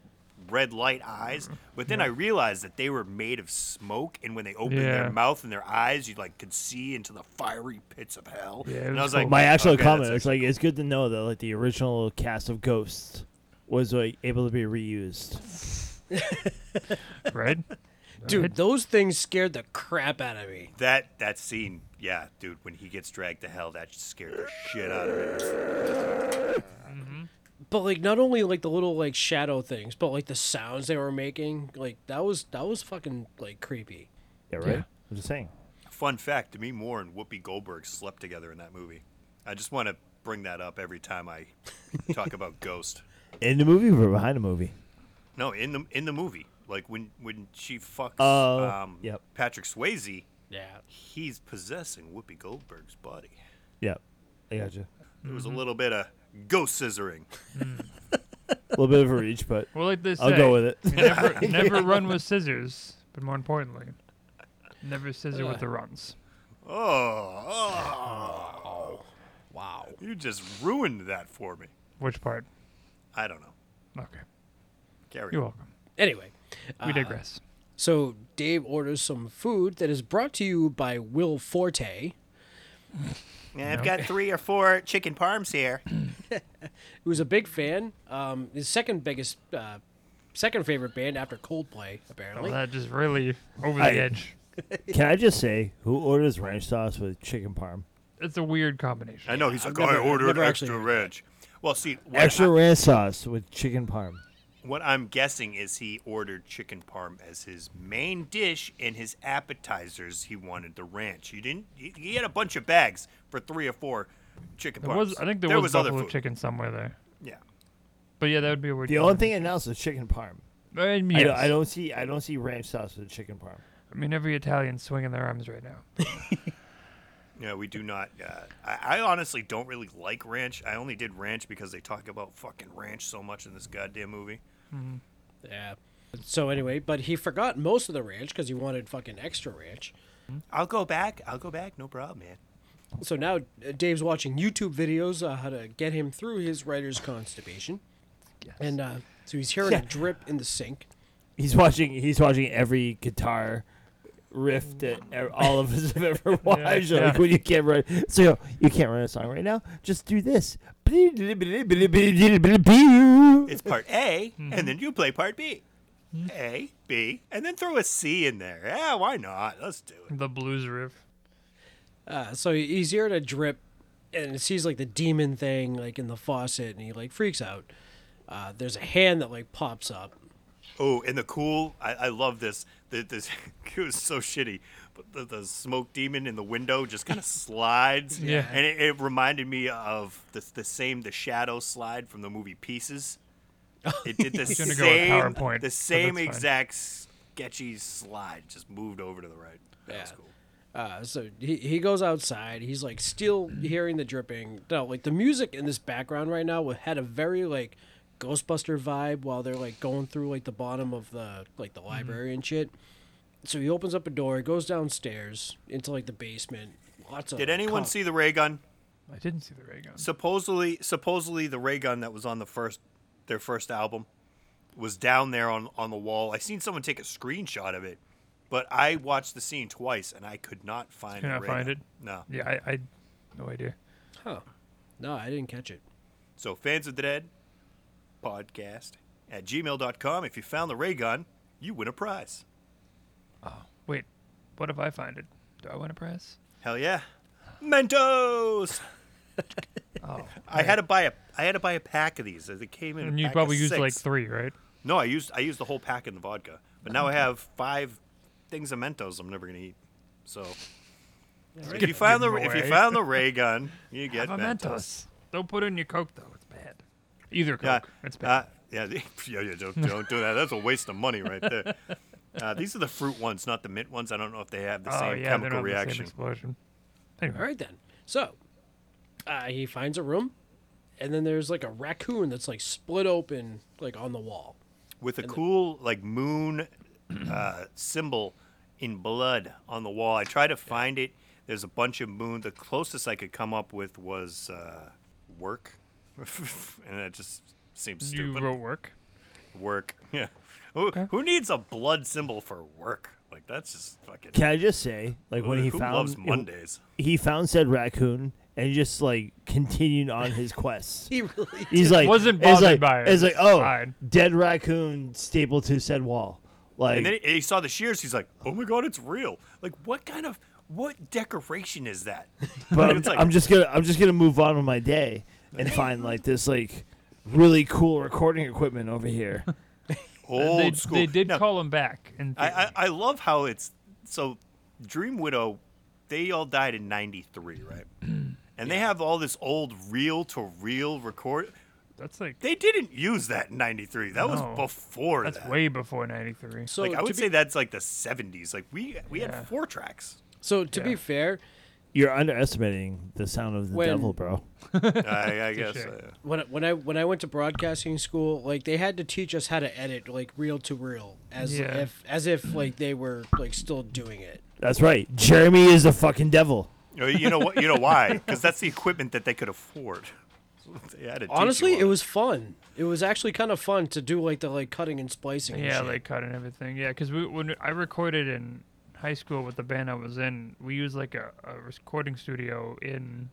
Speaker 5: red light eyes." But then I realized that they were made of smoke, and when they opened
Speaker 7: Yeah.
Speaker 5: their mouth and their eyes, you like could see into the fiery pits of hell.
Speaker 7: Yeah, it
Speaker 5: and I was
Speaker 7: was
Speaker 5: like,
Speaker 7: cool.
Speaker 8: My actual
Speaker 5: okay,
Speaker 8: comment
Speaker 5: that's
Speaker 8: is like it's good to know that like the original cast of Ghosts was like able to be reused.
Speaker 7: Right?
Speaker 6: dude, those things scared the crap out of me.
Speaker 5: that that scene. Yeah, dude, when he gets dragged to hell, that scared the shit out of me.
Speaker 6: But like, not only like the little like shadow things, but like the sounds they were making, like that was that was fucking like creepy.
Speaker 8: Yeah, right. I'm just saying.
Speaker 5: Fun fact: Demi Moore and Whoopi Goldberg slept together in that movie. I just want to bring that up every time I talk about Ghost.
Speaker 8: In the movie or behind the movie?
Speaker 5: No, in the in the movie, like when when she fucks
Speaker 8: Oh,
Speaker 5: um,
Speaker 8: yep.
Speaker 5: Patrick Swayze,
Speaker 6: Yeah,
Speaker 5: he's possessing Whoopi Goldberg's body.
Speaker 8: Yeah. I gotcha.
Speaker 5: There was a little bit of ghost scissoring.
Speaker 8: A little bit of a reach, but
Speaker 7: Well, like they say,
Speaker 8: I'll go with it.
Speaker 7: you never, never run with scissors, but more importantly, never scissor with the runs.
Speaker 5: Oh, oh,
Speaker 6: wow.
Speaker 5: you just ruined that for me.
Speaker 7: Which part?
Speaker 5: I don't know.
Speaker 7: Okay.
Speaker 5: Carry
Speaker 7: You're
Speaker 5: on.
Speaker 7: welcome.
Speaker 6: Anyway,
Speaker 5: Uh,
Speaker 7: We digress.
Speaker 6: so Dave orders some food that is brought to you by Will Forte,
Speaker 5: I've got three or four chicken parms here.
Speaker 6: who's a big fan. Um, his second biggest, uh, second favorite band after Coldplay, apparently.
Speaker 7: Well, Oh, that just really over
Speaker 8: I-
Speaker 7: the edge.
Speaker 8: Can I just say who orders ranch sauce with chicken parm?
Speaker 7: It's a weird combination.
Speaker 5: I know he's like,
Speaker 6: never-
Speaker 5: I
Speaker 6: I've
Speaker 5: ordered
Speaker 6: never actually
Speaker 5: extra
Speaker 6: heard that.
Speaker 5: ranch. Well, see, what,
Speaker 8: Extra
Speaker 5: I,
Speaker 8: ranch sauce with chicken parm.
Speaker 5: what I'm guessing is he ordered chicken parm as his main dish, and his appetizers he wanted the ranch. He didn't. He, he had a bunch of bags for three or four chicken
Speaker 7: There
Speaker 5: parms.
Speaker 7: was, I think there, was,
Speaker 5: other
Speaker 7: buffalo
Speaker 5: food.
Speaker 7: chicken somewhere there.
Speaker 5: Yeah.
Speaker 7: But yeah, that would be a weird.
Speaker 8: The only thing announced is chicken parm.
Speaker 7: combination. I mean,
Speaker 8: I,
Speaker 7: yes.
Speaker 8: don't, I don't see I don't see ranch sauce with chicken parm.
Speaker 7: I mean, every Italian's swinging their arms right now.
Speaker 5: No, we do not. Uh, I, I honestly don't really like ranch. I only did ranch because they talk about fucking ranch so much in this goddamn movie.
Speaker 6: Yeah. So anyway, but he forgot most of the ranch because he wanted fucking extra ranch.
Speaker 5: I'll go back. I'll go back. No problem, man.
Speaker 6: So now uh, Dave's watching YouTube videos on how to get him through his writer's constipation,
Speaker 7: Yes.
Speaker 6: and uh, so he's hearing a drip in the sink.
Speaker 8: He's watching. He's watching every guitar riff that e- all of us have ever watched.
Speaker 7: yeah.
Speaker 8: Like when you can't write, so you, go, you can't write a song right now. Just do this. It's
Speaker 5: It's part A, and then you play part B.
Speaker 7: Mm-hmm.
Speaker 5: A, B, and then throw a C in there. Yeah, why not? Let's do it.
Speaker 7: The blues riff.
Speaker 6: Uh, so he- he's hearing a drip, and it sees like the demon thing like in the faucet, and he like freaks out. Uh, there's a hand that like pops up.
Speaker 5: Oh, and the cool, I, I love this. The, this it was so shitty, but the, the smoke demon in the window just kind of slides.
Speaker 7: Yeah.
Speaker 5: And it, it reminded me of the, the same, the shadow slide from the movie Pieces. It did the
Speaker 7: gonna go with
Speaker 5: same,
Speaker 7: PowerPoint, but
Speaker 5: the
Speaker 7: that's
Speaker 5: same
Speaker 7: fine.
Speaker 5: exact sketchy slide, just moved over to the right. That was
Speaker 6: Yeah.
Speaker 5: cool.
Speaker 6: Uh, so he, he goes outside. He's like still hearing the dripping. No, like the music in this background right now wa- had a very like Ghostbuster vibe while they're like going through like the bottom of the like
Speaker 5: Mm-hmm.
Speaker 6: the library and shit. So he opens up a door, goes downstairs into like the basement. Lots of
Speaker 5: Did anyone
Speaker 6: con-
Speaker 5: see the ray gun?
Speaker 7: I didn't see the ray gun.
Speaker 5: supposedly supposedly the ray gun that was on the first their first album was down there on on the wall. I seen someone take a screenshot of it, but I watched the scene twice and I could not find the
Speaker 7: Cannot
Speaker 5: ray
Speaker 7: find
Speaker 5: gun.
Speaker 7: it.
Speaker 5: No.
Speaker 7: Yeah, I, I no idea.
Speaker 6: Huh? No, I didn't catch it.
Speaker 5: So fans of the dead podcast at gmail.com. If you found the ray gun, you win a prize.
Speaker 7: Wait, what if I find it? Do I win a prize?
Speaker 5: Hell yeah. Mentos.
Speaker 7: Oh,
Speaker 5: I had to buy a I had to buy a pack of these. They came in. a
Speaker 7: and you
Speaker 5: pack of
Speaker 7: probably used like
Speaker 5: six.
Speaker 7: three, right?
Speaker 5: No, I used I used the whole pack in the vodka, but now I have five things of Mentos I'm never gonna eat. So if you find the
Speaker 7: give 'em
Speaker 5: if you
Speaker 7: away.
Speaker 5: found the ray gun, you get
Speaker 7: Have a
Speaker 5: Mentos.
Speaker 7: Mentos. Don't put it in your Coke though; it's bad. Either Coke,
Speaker 5: Yeah,
Speaker 7: it's bad.
Speaker 5: uh, yeah, yeah, yeah, Don't, don't do that. That's a waste of money right there. Uh, these are the fruit ones, not the mint ones. I don't know if they have the
Speaker 7: oh
Speaker 5: same
Speaker 7: yeah, they're
Speaker 5: chemical
Speaker 7: not the
Speaker 5: reaction.
Speaker 7: same explosion. Anyway,
Speaker 6: All right then. So uh, he finds a room, and then there's like a raccoon that's like split open like on the wall.
Speaker 5: With a cool like moon uh, symbol in blood on the wall. I tried to find it. There's a bunch of moon. The closest I could come up with was uh, work, and that just seems
Speaker 7: you
Speaker 5: stupid.
Speaker 7: wrote work.
Speaker 5: Work. Yeah. Who, who needs a blood symbol for work? Like that's just fucking.
Speaker 8: Can I just say, like when he
Speaker 5: who
Speaker 8: found
Speaker 5: loves Mondays?
Speaker 8: he found said raccoon and he just like continued on his quest.
Speaker 6: He really
Speaker 8: He's like
Speaker 7: Wasn't
Speaker 8: it's
Speaker 7: bothered
Speaker 8: like,
Speaker 7: by it.
Speaker 8: It's like oh,
Speaker 7: Fine.
Speaker 8: dead raccoon stapled to said wall. Like
Speaker 5: and then he, he saw the shears. He's like, "Oh my god, it's real!" Like, what kind of what decoration is that?
Speaker 8: but I'm,
Speaker 5: it's like-
Speaker 8: I'm just gonna I'm just gonna move on with my day and find like this like really cool recording equipment over here.
Speaker 5: Old
Speaker 7: they,
Speaker 5: school.
Speaker 7: they did
Speaker 5: Now,
Speaker 7: call him back, and
Speaker 5: I, I I love how it's so. Dream Widow, they all died in '93, right? And they have all this old reel to reel record.
Speaker 7: that's like
Speaker 5: They didn't use that in '93. That
Speaker 7: No.
Speaker 5: was before
Speaker 7: that's
Speaker 5: that.
Speaker 7: way before '93.
Speaker 6: so
Speaker 5: like I
Speaker 6: to
Speaker 5: would
Speaker 6: be-
Speaker 5: say that's like the '70s. Like we we
Speaker 7: Yeah.
Speaker 5: had four tracks.
Speaker 6: So to be fair,
Speaker 8: You're underestimating the sound of the
Speaker 6: When-
Speaker 8: devil, bro.
Speaker 5: I, I guess.
Speaker 7: shame.
Speaker 5: uh,
Speaker 6: when I- when I when I went to broadcasting school, like they had to teach us how to edit like reel to reel as
Speaker 7: Yeah.
Speaker 6: if as if like they were like still doing it.
Speaker 8: That's right. Jeremy is the fucking devil.
Speaker 5: you know- you know what? You know why? Because that's the equipment that they could afford. They had to teach you
Speaker 6: Honestly,
Speaker 5: all
Speaker 6: it
Speaker 5: that.
Speaker 6: was fun. It was actually kind of fun to do like the like cutting and splicing. and
Speaker 7: Yeah,
Speaker 6: shit.
Speaker 7: like cut and everything. Yeah, because we when I recorded in high school with the band I was in, we used like a, a recording studio in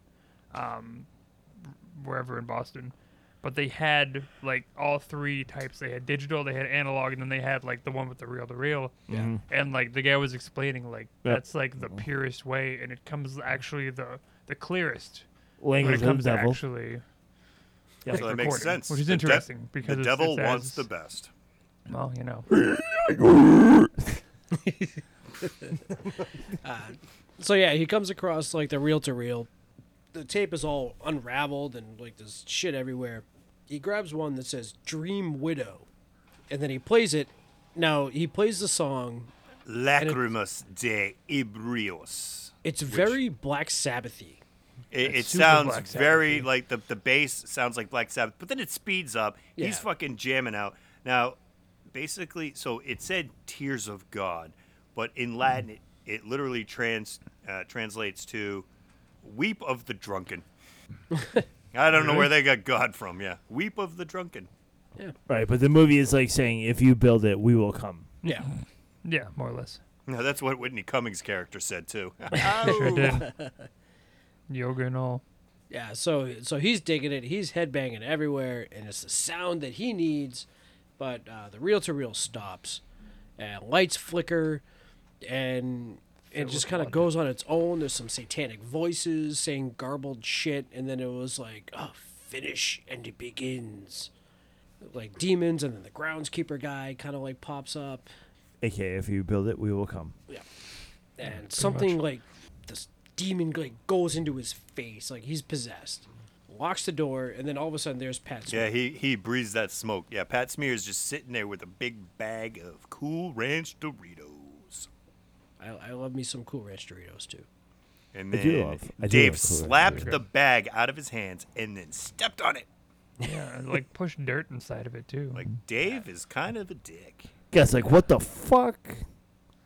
Speaker 7: um, wherever in Boston, but they had like all three types. They had digital, they had analog, and then they had like the one with the reel to reel. Yeah. And like the guy was explaining, like
Speaker 8: Mm-hmm. Yep.
Speaker 7: that's like
Speaker 6: Mm-hmm.
Speaker 7: the purest way, and it comes actually the the clearest when
Speaker 8: Language
Speaker 7: it
Speaker 8: of
Speaker 7: comes
Speaker 8: the
Speaker 7: to
Speaker 8: devil.
Speaker 7: actually.
Speaker 8: Yeah.
Speaker 7: like,
Speaker 5: So that makes
Speaker 7: recording,
Speaker 5: sense.
Speaker 7: which is
Speaker 5: The de-
Speaker 7: interesting because
Speaker 5: the
Speaker 7: it's-
Speaker 5: devil
Speaker 7: it's
Speaker 5: wants
Speaker 7: as-
Speaker 5: the best.
Speaker 7: Well, you know.
Speaker 6: So yeah, he comes across like the reel to reel. The tape is all unraveled and like there's shit everywhere. He grabs one that says Dream Widow and then he plays it. Now, he plays the song.
Speaker 5: Lacrimus de Ibrios.
Speaker 6: It's very Black Sabbathy.
Speaker 5: It, it
Speaker 7: super
Speaker 5: sounds
Speaker 7: Black Sabbath,
Speaker 5: very like the the bass sounds like Black Sabbath, but then it speeds up.
Speaker 6: Yeah.
Speaker 5: He's fucking jamming out now. basically so it said tears of god but
Speaker 7: Mm-hmm.
Speaker 5: in latin it, it literally trans uh, translates to weep of the drunken i don't know where they got god from yeah weep of the drunken
Speaker 8: Right, but the movie is like saying, if you build it, we will come.
Speaker 6: Yeah.
Speaker 7: Yeah, more or less.
Speaker 5: now that's what whitney cummings character said too
Speaker 7: Sure did. Yoga and all.
Speaker 6: Yeah, so so he's digging it. He's headbanging everywhere, and it's the sound that he needs. But uh, the reel to reel stops, and lights flicker, and it just kind of goes on its own. There's some satanic voices saying garbled shit, and then it was like, oh, finish, and it begins. Like demons, and then the groundskeeper guy kind of like pops up,
Speaker 8: AKA, if you build it, we will come.
Speaker 6: and something like this demon like goes into his face, like he's possessed. Locks the door, and then all of a sudden there's Pat. Smith.
Speaker 5: yeah he he breathes that smoke yeah pat smears just sitting there with a big bag of cool ranch doritos
Speaker 6: I, I love me some Cool Ranch Doritos too.
Speaker 5: and
Speaker 8: I do
Speaker 5: then
Speaker 8: love- I do
Speaker 5: dave
Speaker 8: love Cool Ranch
Speaker 5: slapped
Speaker 8: Doritos.
Speaker 5: the bag out of his hands and then stepped on it
Speaker 7: Yeah, like push dirt inside of it too.
Speaker 5: like dave is kind of a dick
Speaker 8: Guys, like, what the fuck?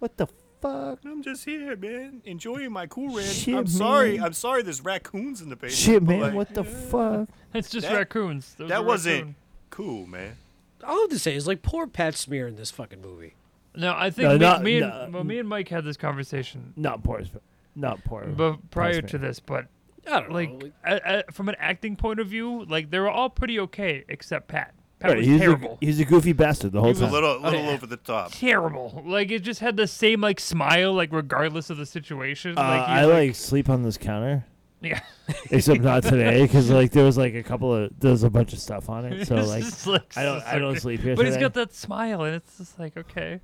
Speaker 8: What the fuck?
Speaker 5: I'm just here, man, enjoying my cool ranch.
Speaker 8: Shit,
Speaker 5: I'm sorry.
Speaker 8: man.
Speaker 5: I'm sorry. There's raccoons in the basement.
Speaker 8: Shit,
Speaker 5: but,
Speaker 8: man,
Speaker 5: like,
Speaker 8: what the fuck?
Speaker 7: it's just
Speaker 5: that-
Speaker 7: raccoons. There was
Speaker 5: That
Speaker 7: a
Speaker 5: wasn't
Speaker 7: raccoon.
Speaker 5: cool, man.
Speaker 6: All I have to say is like poor Pat Smear in this fucking movie.
Speaker 7: No, I think
Speaker 8: No,
Speaker 7: me,
Speaker 8: not-
Speaker 7: me and
Speaker 8: no. uh,
Speaker 7: well, me and Mike had this conversation,
Speaker 8: Not poor. as- Not poor.
Speaker 7: but prior to
Speaker 8: the
Speaker 7: this, but
Speaker 6: I
Speaker 5: Oh,
Speaker 6: don't
Speaker 7: like
Speaker 6: know. Like,
Speaker 7: a- a- from an acting point of view, like they were all pretty okay except Pat. Pat was
Speaker 8: he's,
Speaker 7: terrible.
Speaker 8: a, he's a goofy bastard the whole
Speaker 5: It's a
Speaker 8: time.
Speaker 5: little, little
Speaker 7: yeah.
Speaker 5: over the top.
Speaker 7: terrible. Like it just had the same like smile, like regardless of the situation.
Speaker 8: Uh,
Speaker 7: like, he,
Speaker 8: I like sleep on this counter,
Speaker 7: yeah.
Speaker 8: except not today because like there was like a couple of there's a bunch of stuff on it. So
Speaker 7: It's
Speaker 8: like
Speaker 7: just, like,
Speaker 8: I don't
Speaker 7: so
Speaker 8: I don't
Speaker 7: stupid.
Speaker 8: sleep here.
Speaker 7: But
Speaker 8: today.
Speaker 7: he's got that smile, and it's just like okay.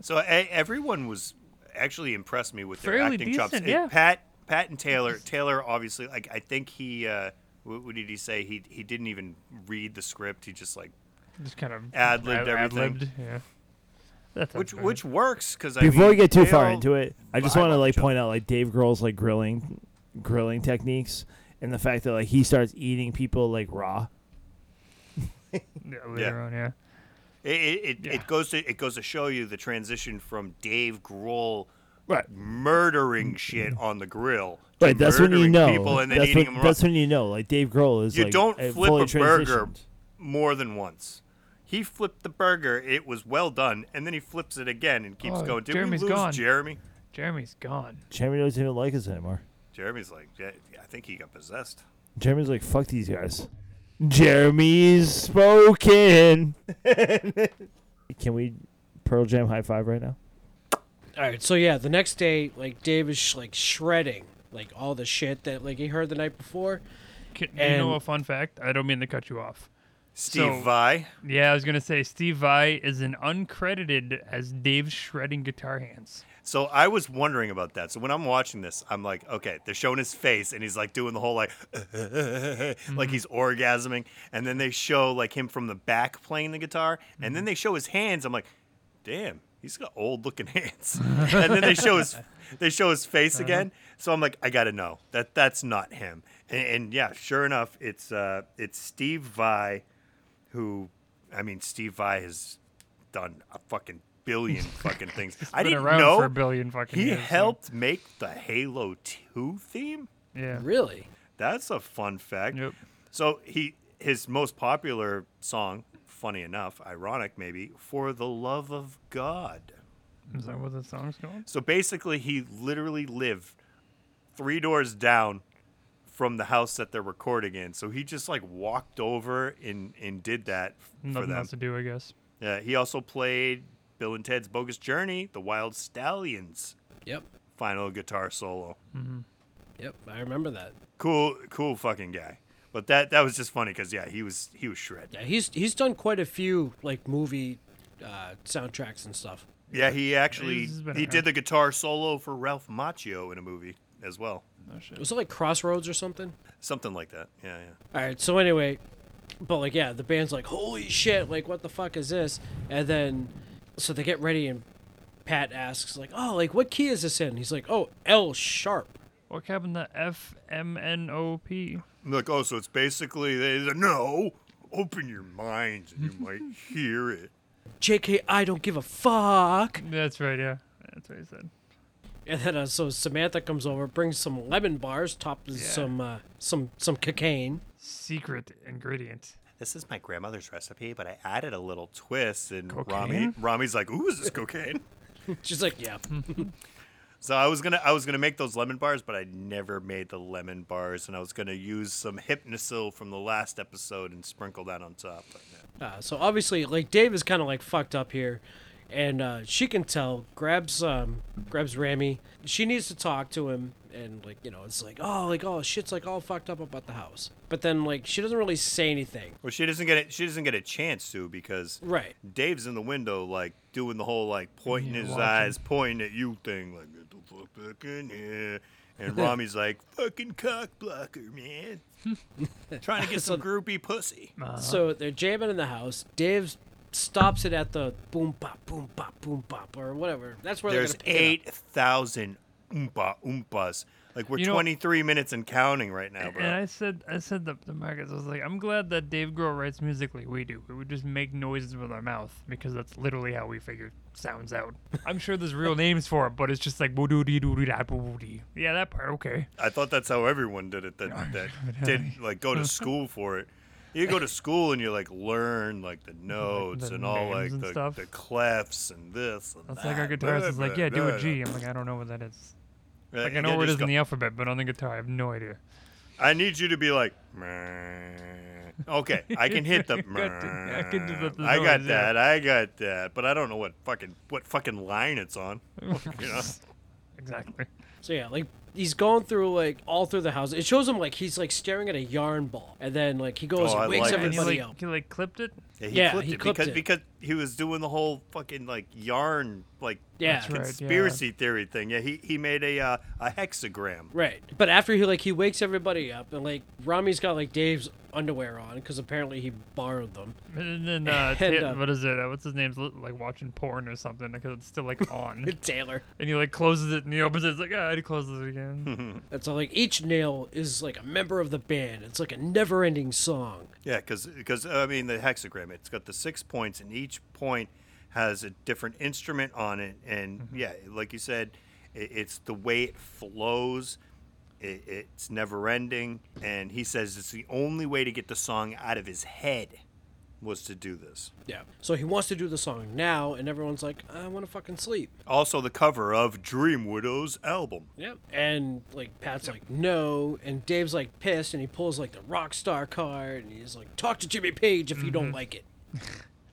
Speaker 5: So a- everyone was actually impressed me with their
Speaker 7: Fairly
Speaker 5: acting chops.
Speaker 7: decent,
Speaker 5: It-
Speaker 7: yeah.
Speaker 5: Pat, Pat and Taylor. Taylor obviously, like I think he. Uh, what, what did he say? He he didn't even read the script. He just like
Speaker 7: Just kind of
Speaker 5: Ad-libbed everything.
Speaker 7: ad-libbed, Yeah. That's
Speaker 5: which which works because
Speaker 8: Before
Speaker 5: I mean,
Speaker 8: we get too
Speaker 5: they
Speaker 8: far
Speaker 5: all-
Speaker 8: into it, I just
Speaker 5: vibe
Speaker 8: want to
Speaker 5: off
Speaker 8: like
Speaker 5: each other.
Speaker 8: point out like Dave Grohl's like grilling, grilling techniques, and the fact that like he starts eating people like raw.
Speaker 7: yeah, later
Speaker 5: Yeah.
Speaker 7: on, yeah.
Speaker 5: It it, it,
Speaker 7: Yeah.
Speaker 5: it goes to it goes to show you the transition from Dave Grohl
Speaker 8: Right.
Speaker 5: murdering shit on the grill. to
Speaker 8: Right, that's when you
Speaker 5: murdering
Speaker 8: know.
Speaker 5: People and then
Speaker 8: that's,
Speaker 5: eating
Speaker 8: when,
Speaker 5: them raw.
Speaker 8: that's when you know. Like Dave Grohl is
Speaker 5: You
Speaker 8: like
Speaker 5: don't
Speaker 8: uh,
Speaker 5: flip
Speaker 8: fully
Speaker 5: a burger
Speaker 8: transitioned.
Speaker 5: more than once. He flipped the burger. It was well done, and then he flips it again and keeps
Speaker 7: Oh,
Speaker 5: going. Did
Speaker 7: Jeremy's
Speaker 5: we lose
Speaker 7: gone.
Speaker 5: Jeremy?
Speaker 7: Jeremy's gone.
Speaker 8: Jeremy doesn't even like us anymore.
Speaker 5: Jeremy's like, yeah, I think he got possessed.
Speaker 8: Jeremy's like, fuck these guys. Jeremy's spoken. Can we Pearl Jam high five right now?
Speaker 6: all right, so yeah, the next day, like Dave is sh- like shredding like all the shit that like he heard the night before.
Speaker 7: Can, you know
Speaker 6: And-
Speaker 7: a fun fact? I don't mean to cut you off.
Speaker 5: Steve
Speaker 7: So-
Speaker 5: Vai.
Speaker 7: Yeah, I was gonna say Steve Vai is an uncredited as Dave's shredding guitar hands.
Speaker 5: So I was wondering about that. So when I'm watching this, I'm like, okay, they're showing his face, and he's like doing the whole like, like
Speaker 7: Mm-hmm.
Speaker 5: he's orgasming, and then they show like him from the back playing the guitar, and
Speaker 7: Mm-hmm.
Speaker 5: then they show his hands. I'm like, damn, he's got old looking hands. and then they show his they show his face
Speaker 7: Uh-huh.
Speaker 5: again. So I'm like, I gotta know that that's not him. And, and yeah, sure enough, it's uh, it's Steve Vai, who, I mean, Steve Vai has done a fucking billion fucking things. I
Speaker 7: Been
Speaker 5: didn't
Speaker 7: around
Speaker 5: know
Speaker 7: for a billion fucking
Speaker 5: he
Speaker 7: years. so-
Speaker 5: helped make the Halo 2 theme?
Speaker 7: Yeah.
Speaker 6: Really?
Speaker 5: That's a fun fact.
Speaker 7: Yep.
Speaker 5: So he his most popular song, funny enough, ironic maybe, For the Love of God.
Speaker 7: Is that what the song's called?
Speaker 5: So basically he literally lived 3 doors down from the house that they're recording in. So he just like walked over and and did that f- for
Speaker 7: Nothing
Speaker 5: them.
Speaker 7: else to do, I guess.
Speaker 5: Yeah, he also played Bill and Ted's Bogus Journey, The Wild Stallions
Speaker 6: Yep.
Speaker 5: final guitar solo.
Speaker 6: Yep. I remember that.
Speaker 5: cool cool fucking guy but that that was just funny because yeah he was he was shred
Speaker 6: Yeah, he's he's done quite a few like movie uh, soundtracks and stuff.
Speaker 5: yeah he actually
Speaker 7: He's been
Speaker 5: he
Speaker 7: around.
Speaker 5: did the guitar solo for ralph macchio in a movie as well
Speaker 6: Was it like Crossroads or something?
Speaker 5: something like that yeah yeah
Speaker 6: All right. So anyway, but like yeah, the band's like, "Holy shit! Like, what the fuck is this?" And then, so they get ready, and Pat asks, like, "Oh, like what key is this in?" He's like, "Oh, L sharp."
Speaker 7: What happened to F M N O P?
Speaker 5: like oh so it's basically they, they- no open your minds and you might hear it
Speaker 6: JK, I don't give a fuck.
Speaker 7: That's right, yeah. That's what he said.
Speaker 6: And then uh, so Samantha comes over, brings some lemon bars, topped with some uh, some some cocaine.
Speaker 7: Secret ingredient.
Speaker 5: This is my grandmother's recipe, but I added a little twist, and Rami,
Speaker 7: Cocaine?
Speaker 5: Rami's like, "Ooh, is this cocaine?"
Speaker 6: She's like, yeah.
Speaker 5: So I was gonna I was gonna make those lemon bars, but I never made the lemon bars, and I was gonna use some hypnosil from the last episode and sprinkle that on top. But no.
Speaker 6: Uh, so obviously, like Dave is kind of like fucked up here, and uh, she can tell. Grabs um, grabs Rami. She needs to talk to him, and like you know, it's like oh, like oh, shit's like all fucked up about the house. But then like she doesn't really say anything.
Speaker 5: Well, she doesn't get it. She doesn't get a chance to because
Speaker 6: Right.
Speaker 5: Dave's in the window, like doing the whole like pointing his eyes, pointing at you thing, like get the fuck back in here. And Rami's like fucking cock blocker, man, trying to get some groupie pussy.
Speaker 7: Oh,
Speaker 6: So they're jamming in the house. Dave stops it at the boom bop, boom bop, boom bop, or whatever. That's where
Speaker 5: There's
Speaker 6: they're gonna pick it up.
Speaker 5: eight thousand oompa oompas. Like we're
Speaker 7: You know-
Speaker 5: 23 minutes and counting right now, bro.
Speaker 7: And I said, I said the, the Marcus. I was like, I'm glad that Dave Grohl writes music like we do. We would just make noises with our mouth because that's literally how we figure sounds out. I'm sure there's real names for it, but it's just like boo dee doo da boo dee. Yeah, that part okay.
Speaker 5: I thought that's how everyone did it. That that did like go to school for it. You go to school and you like learn like the notes
Speaker 7: the
Speaker 5: and all
Speaker 7: names
Speaker 5: like
Speaker 7: and
Speaker 5: the,
Speaker 7: stuff.
Speaker 5: the clefs and this. And
Speaker 7: That's like our
Speaker 5: that,
Speaker 7: guitarist
Speaker 5: blah,
Speaker 7: is like,
Speaker 5: blah,
Speaker 7: yeah, do
Speaker 5: blah,
Speaker 7: a G. I'm like, I don't know what that is.
Speaker 5: blah.
Speaker 7: Like I
Speaker 5: Yeah,
Speaker 7: know where it
Speaker 5: just
Speaker 7: is in
Speaker 5: go,
Speaker 7: the alphabet, but on the guitar, I have no idea.
Speaker 5: I need you to be like. Okay, I can hit the.
Speaker 7: I can- I can do the- the
Speaker 5: I got
Speaker 7: noise, yeah.
Speaker 5: that. I got that. But I don't know what fucking what fucking line it's on. You know?
Speaker 7: Exactly.
Speaker 6: So yeah, like he's going through like all through the house. It shows him like he's like staring at a yarn ball, and then like he goes
Speaker 5: Oh, I
Speaker 6: and wakes
Speaker 5: like that.
Speaker 7: And he
Speaker 6: everybody
Speaker 7: like,
Speaker 6: up.
Speaker 7: he like clipped it.
Speaker 5: Yeah, he
Speaker 6: Yeah,
Speaker 5: clipped
Speaker 6: he
Speaker 5: it
Speaker 6: clipped
Speaker 5: because
Speaker 6: it.
Speaker 5: because he was doing the whole fucking like yarn like
Speaker 6: Yeah.
Speaker 7: That's right, yeah.
Speaker 5: conspiracy theory thing. Yeah, he he made a uh, a hexagram.
Speaker 6: Right. But after he like he wakes everybody up and like Rami's got like Dave's underwear on because apparently he borrowed them.
Speaker 7: And then uh,
Speaker 6: And,
Speaker 7: Ta-
Speaker 6: uh,
Speaker 7: what is it? Uh, what's his name's li- like watching porn or something because it's still like on.
Speaker 6: Taylor.
Speaker 7: and he like closes it and he opens it. It's like ah, and he closes it again.
Speaker 6: And so like each nail is like a member of the band. It's like a never-ending song.
Speaker 5: Yeah, because I mean the hexagram, it's got the six points, and each point has a different instrument on it, and
Speaker 7: Mm-hmm.
Speaker 5: yeah, like you said, it, it's the way it flows. It, it's never ending, and he says it's the only way to get the song out of his head was to do this.
Speaker 6: Yeah. So he wants to do the song now and everyone's like, "I want to fucking sleep."
Speaker 5: Also, the cover of Dream Widow's album.
Speaker 6: Yep. And like Pat's like, "No." And Dave's like pissed and he pulls like the rock star card and he's like, "Talk to Jimmy Page if you don't like it."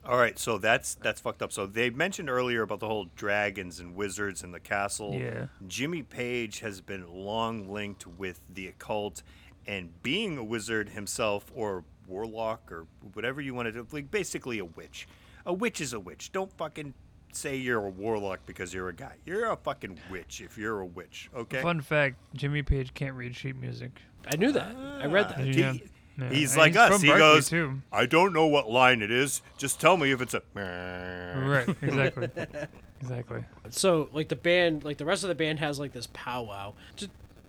Speaker 5: All right, so that's that's fucked up. So they mentioned earlier about the whole dragons and wizards and the castle.
Speaker 7: Yeah.
Speaker 5: Jimmy Page has been long linked with the occult and being a wizard himself or warlock or whatever you want to do, like basically a witch. A witch is a witch. Don't fucking say you're a warlock because you're a guy. You're a fucking witch if you're a witch, okay?
Speaker 7: Fun fact: Jimmy Page can't read sheet music.
Speaker 6: I knew that. I read that.
Speaker 7: Did
Speaker 5: He-
Speaker 7: you know? Yeah.
Speaker 5: He's
Speaker 7: And
Speaker 5: like us.
Speaker 7: From
Speaker 5: he
Speaker 7: Berkeley,
Speaker 5: goes,
Speaker 7: too.
Speaker 5: I don't know what line it is. Just tell me if it's a.
Speaker 7: Right. Exactly. exactly.
Speaker 6: So like the band, like the rest of the band has like this powwow to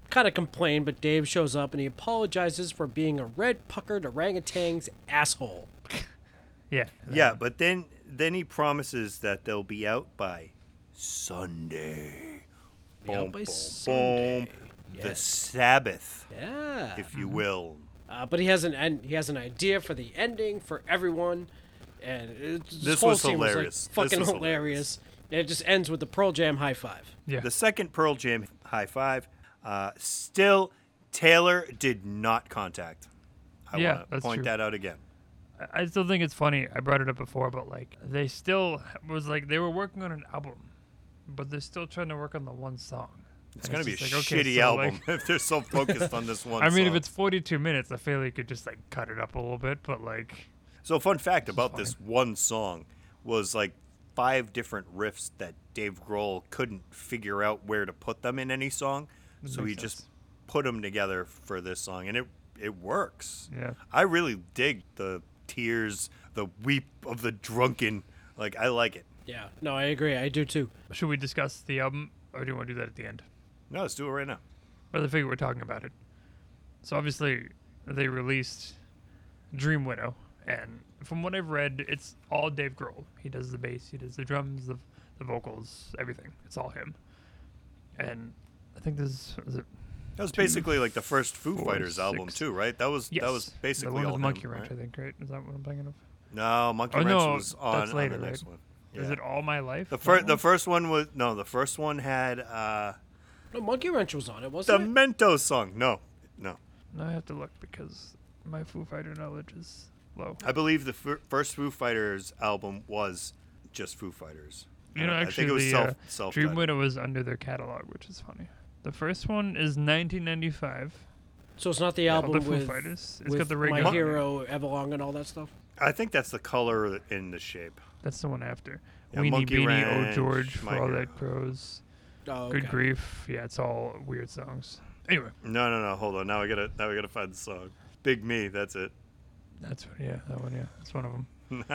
Speaker 6: kind of complain, but Dave shows up and he apologizes for being a red puckered orangutan's asshole.
Speaker 7: Yeah.
Speaker 5: Yeah, but then then he promises that they'll be out by Sunday.
Speaker 6: Be out by
Speaker 5: boom.
Speaker 6: Sunday.
Speaker 5: The Sabbath,
Speaker 6: Yeah.
Speaker 5: if you will.
Speaker 6: Uh, but he has an end, he has an idea for the ending for everyone, and it, this,
Speaker 5: This
Speaker 6: whole
Speaker 5: was
Speaker 6: scene
Speaker 5: hilarious. This
Speaker 6: Was, like, fucking
Speaker 5: was
Speaker 6: hilarious. And it just ends with the Pearl Jam high five.
Speaker 7: Yeah.
Speaker 5: The second Pearl Jam high five. Uh, still, Taylor did not contact. I
Speaker 7: Yeah,
Speaker 5: want to
Speaker 7: that's
Speaker 5: point
Speaker 7: true.
Speaker 5: that out again.
Speaker 7: I- I still think it's funny. I brought it up before, but like they still was like they were working on an album, but they're still trying to work on the one song.
Speaker 5: It's
Speaker 7: And
Speaker 5: gonna be a
Speaker 7: just like,
Speaker 5: shitty
Speaker 7: okay, so, like-
Speaker 5: album if they're so focused on this one.
Speaker 7: I mean, if
Speaker 5: song.
Speaker 7: it's 42 minutes, I feel like you could just like cut it up a little bit, but like
Speaker 5: So, fun fact about this one song was like five different riffs that Dave Grohl couldn't figure out where to put them in any song, so he
Speaker 7: makes
Speaker 5: just
Speaker 7: sense.
Speaker 5: put them together for this song, and it it works.
Speaker 7: Yeah.
Speaker 5: I really dig the tears, the weep of the drunken. Like I like it.
Speaker 6: Yeah. No, I agree. I do too.
Speaker 7: should we discuss the album or do you want to do that at the end?
Speaker 5: No, let's do it right now.
Speaker 7: But I figure we're talking about it. So obviously they released Dream Widow and from what I've read, it's all Dave Grohl. He does the bass, he does the drums, the, the vocals, everything. It's all him. And I think this is it.
Speaker 5: That was basically like the first Foo
Speaker 7: four,
Speaker 5: Fighters album
Speaker 7: six.
Speaker 5: too, right? That was
Speaker 7: Yes,
Speaker 5: that was
Speaker 7: the
Speaker 5: basically
Speaker 7: one
Speaker 5: all
Speaker 7: with
Speaker 5: him,
Speaker 7: Monkey Wrench.
Speaker 5: right?
Speaker 7: I think, right? Is that what I'm thinking of?
Speaker 5: No, Monkey
Speaker 7: Oh,
Speaker 5: Wrench
Speaker 7: no,
Speaker 5: was
Speaker 7: that's
Speaker 5: on, on
Speaker 7: later,
Speaker 5: the
Speaker 7: right?
Speaker 5: next one.
Speaker 7: Is
Speaker 5: Yeah.
Speaker 7: it All My Life?
Speaker 5: the
Speaker 7: That
Speaker 5: first
Speaker 7: one?
Speaker 5: the first one was no, the first one had uh
Speaker 6: No, Monkey Wrench was on
Speaker 5: the
Speaker 6: it, wasn't it?
Speaker 5: Mentos song. No. No.
Speaker 7: Now I have to look because my Foo Fighter knowledge is low.
Speaker 5: I believe the fir- first Foo Fighters album was just Foo Fighters.
Speaker 7: You know,
Speaker 5: I
Speaker 7: actually,
Speaker 5: think it was
Speaker 7: the
Speaker 5: self
Speaker 7: uh,
Speaker 5: self
Speaker 7: Dream Widow was under their catalog, which is funny. The first one is 1995.
Speaker 6: So it's not the
Speaker 7: Yeah,
Speaker 6: album
Speaker 7: the Foo
Speaker 6: with,
Speaker 7: Fighters. It's
Speaker 6: with
Speaker 7: got the
Speaker 6: My
Speaker 7: regular-
Speaker 6: Hero, Everlong, and all that stuff.
Speaker 5: I think that's the color in the shape.
Speaker 7: That's the one after.
Speaker 5: Yeah,
Speaker 7: Weenie
Speaker 5: Monkey
Speaker 7: Beanie,
Speaker 5: Wrench,
Speaker 7: Oh George, for
Speaker 5: My
Speaker 7: all
Speaker 5: Hero.
Speaker 7: that crows.
Speaker 6: Oh,
Speaker 7: Good
Speaker 6: okay.
Speaker 7: grief. Yeah, it's all weird songs. Anyway,
Speaker 5: No, no, no. Hold on. Now I gotta. Now I gotta find the song. Big Me. That's it.
Speaker 7: that's one. Yeah, that one. Yeah, that's one of them.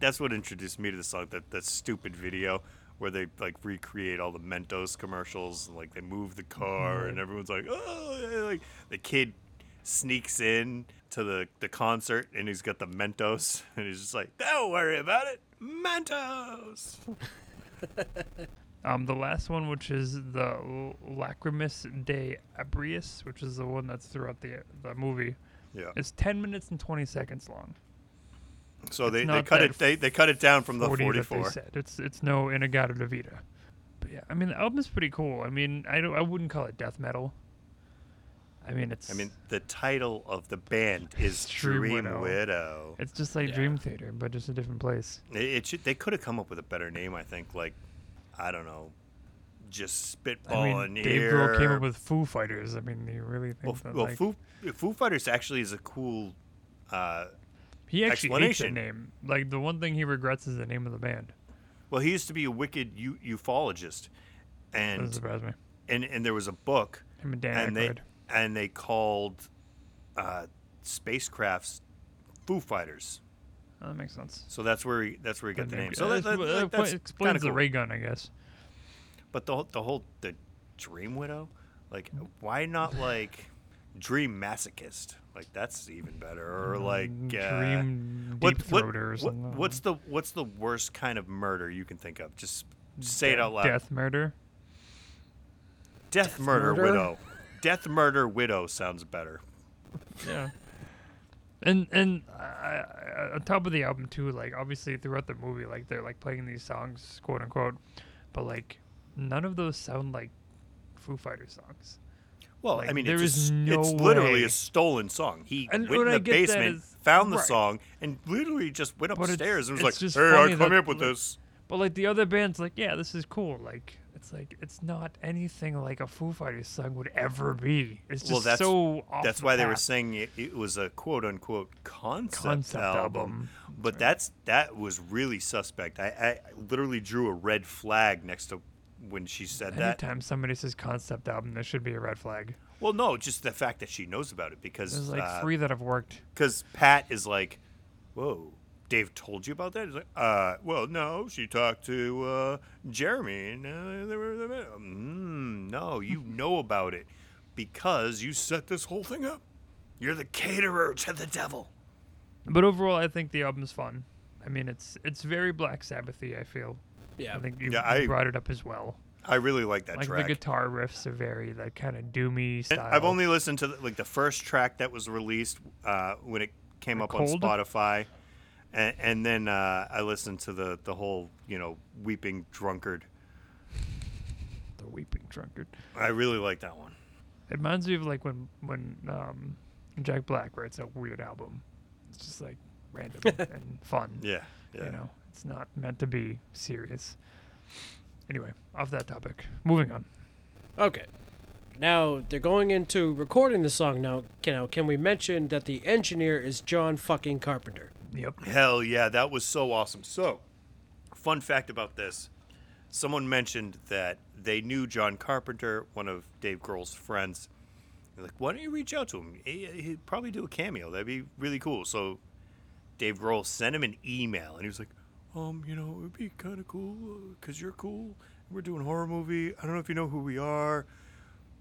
Speaker 5: That's what introduced me to the song. That that stupid video where they like recreate all the Mentos commercials and like they move the car
Speaker 7: Mm-hmm.
Speaker 5: and everyone's like, oh, yeah," like the kid sneaks in to the the concert and he's got the Mentos and he's just like, don't worry about it, Mentos.
Speaker 7: Um, the last one, which is the L- Lacrimis de Abrius, which is the one that's throughout the the movie,
Speaker 5: Yeah.
Speaker 7: is 10 minutes and 20 seconds long.
Speaker 5: So they, they
Speaker 7: not
Speaker 5: cut
Speaker 7: that
Speaker 5: it. They, they cut it down from the
Speaker 7: 40 that they
Speaker 5: 44.
Speaker 7: said. It's it's no Inagata de Vida. But yeah, I mean the album's pretty cool. I mean, I don't, I wouldn't call it death metal. I mean, it's
Speaker 5: I mean, the title of the band is
Speaker 7: Dream
Speaker 5: Dream
Speaker 7: Widow.
Speaker 5: Widow.
Speaker 7: it's just like Dream Theater, but just a different place.
Speaker 5: It, it should, they could have come up with a better name, I think. Like, I don't know, just spitballing
Speaker 7: I mean, Dave
Speaker 5: here.
Speaker 7: Grohl came up with Foo Fighters. I mean, do you really think
Speaker 5: well,
Speaker 7: that?
Speaker 5: well
Speaker 7: like,
Speaker 5: Foo, Foo Fighters actually is a cool. Uh,
Speaker 7: he actually hates the
Speaker 5: explanation.
Speaker 7: name. Like the one thing he regrets is the name of the band.
Speaker 5: well, he used to be a wicked u- ufologist,
Speaker 7: Doesn't
Speaker 5: and
Speaker 7: surprise me.
Speaker 5: and and there was a book,
Speaker 7: Him and Dan
Speaker 5: and they
Speaker 7: Aykroyd.
Speaker 5: and they called uh, spacecrafts Foo Fighters.
Speaker 7: Oh, that makes sense.
Speaker 5: So that's where he, that's where he got
Speaker 7: That
Speaker 5: the name.
Speaker 7: makes-
Speaker 5: So that,
Speaker 7: that's-
Speaker 5: that,
Speaker 7: that
Speaker 5: that,
Speaker 7: pla-
Speaker 5: that's kind
Speaker 7: explains
Speaker 5: of cool.
Speaker 7: the ray gun, I guess.
Speaker 5: But the whole- the whole the Dream Widow, like why not like Dream Masochist? Like that's even better. Or like uh,
Speaker 7: Mm, Dream
Speaker 5: what-
Speaker 7: Deep
Speaker 5: what-
Speaker 7: Throater or
Speaker 5: what-
Speaker 7: something.
Speaker 5: what's the what's the worst kind of murder you can think of? Just say it out loud.
Speaker 7: Death Murder.
Speaker 5: Death murder,
Speaker 6: murder?
Speaker 5: widow. Death murder widow sounds better.
Speaker 7: yeah. And and uh, uh, on top of the album too, like obviously throughout the movie, like they're like playing these songs, quote unquote, but like none of those sound like Foo Fighter songs.
Speaker 5: Well, I
Speaker 7: Like,
Speaker 5: mean,
Speaker 7: there
Speaker 5: it's, a
Speaker 7: is
Speaker 5: s-
Speaker 7: no
Speaker 5: it's literally
Speaker 7: way.
Speaker 5: a stolen song. He
Speaker 7: And
Speaker 5: went
Speaker 7: what
Speaker 5: in
Speaker 7: I
Speaker 5: the
Speaker 7: get that
Speaker 5: basement,
Speaker 7: is-
Speaker 5: found the
Speaker 7: right.
Speaker 5: song, and literally just went
Speaker 7: it's-
Speaker 5: upstairs and was
Speaker 7: it's
Speaker 5: like,
Speaker 7: just
Speaker 5: "Hey, I
Speaker 7: funny
Speaker 5: come
Speaker 7: that,
Speaker 5: up with
Speaker 7: like,
Speaker 5: this."
Speaker 7: But like the other bands, like yeah, this is cool. Like it's like it's not anything like a Foo Fighters song would ever be. It's just
Speaker 5: well, that's
Speaker 7: so off
Speaker 5: that's
Speaker 7: the
Speaker 5: why they were
Speaker 7: path.
Speaker 5: saying it, it was a quote unquote concept,
Speaker 7: Concept
Speaker 5: album.
Speaker 7: album.
Speaker 5: But that's that was really suspect. I, I literally drew a red flag next to when she said that.
Speaker 7: Anytime somebody says concept album, there should be a red flag.
Speaker 5: Well, no, just the fact that she knows about it
Speaker 7: There's
Speaker 5: because uh,
Speaker 7: like three that have worked.
Speaker 5: because Pat is like, whoa. Dave told you about that? He's like, uh, well, no. She talked to uh, Jeremy, and uh, they were. They were mm, no, you know about it because you set this whole thing up. You're the caterer to the devil.
Speaker 7: But overall, I think the album's fun. I mean, it's it's very Black Sabbathy. I feel.
Speaker 6: Yeah.
Speaker 7: I think you,
Speaker 5: Yeah,
Speaker 7: you
Speaker 5: I-
Speaker 7: brought it up as well.
Speaker 5: I really like that
Speaker 7: Like
Speaker 5: track.
Speaker 7: the guitar riffs are very like kind of doomy
Speaker 5: And
Speaker 7: style.
Speaker 5: I've only listened to the, like the first track that was released uh, when it came up
Speaker 7: Cold?
Speaker 5: on Spotify, and, and then uh, I listened to the the whole you know weeping drunkard.
Speaker 7: the Weeping Drunkard.
Speaker 5: I really like that one.
Speaker 7: It reminds me of like when when um, Jack Black writes a weird album. It's just like random and fun.
Speaker 5: Yeah, yeah.
Speaker 7: You know, it's not meant to be serious. Anyway, off that topic. Moving on.
Speaker 6: Okay. Now they're going into recording the song. Now, can now, can we mention that the engineer is John fucking Carpenter?
Speaker 7: Yep.
Speaker 5: Hell yeah, that was so awesome. So, fun fact about this: someone mentioned that they knew John Carpenter, one of Dave Grohl's friends. They're like, why don't you reach out to him? He, he'd probably do a cameo. That'd be really cool. So, Dave Grohl sent him an email, and he was like, um, you know, it'd be kind of cool because you're cool. We're doing a horror movie. I don't know if you know who we are.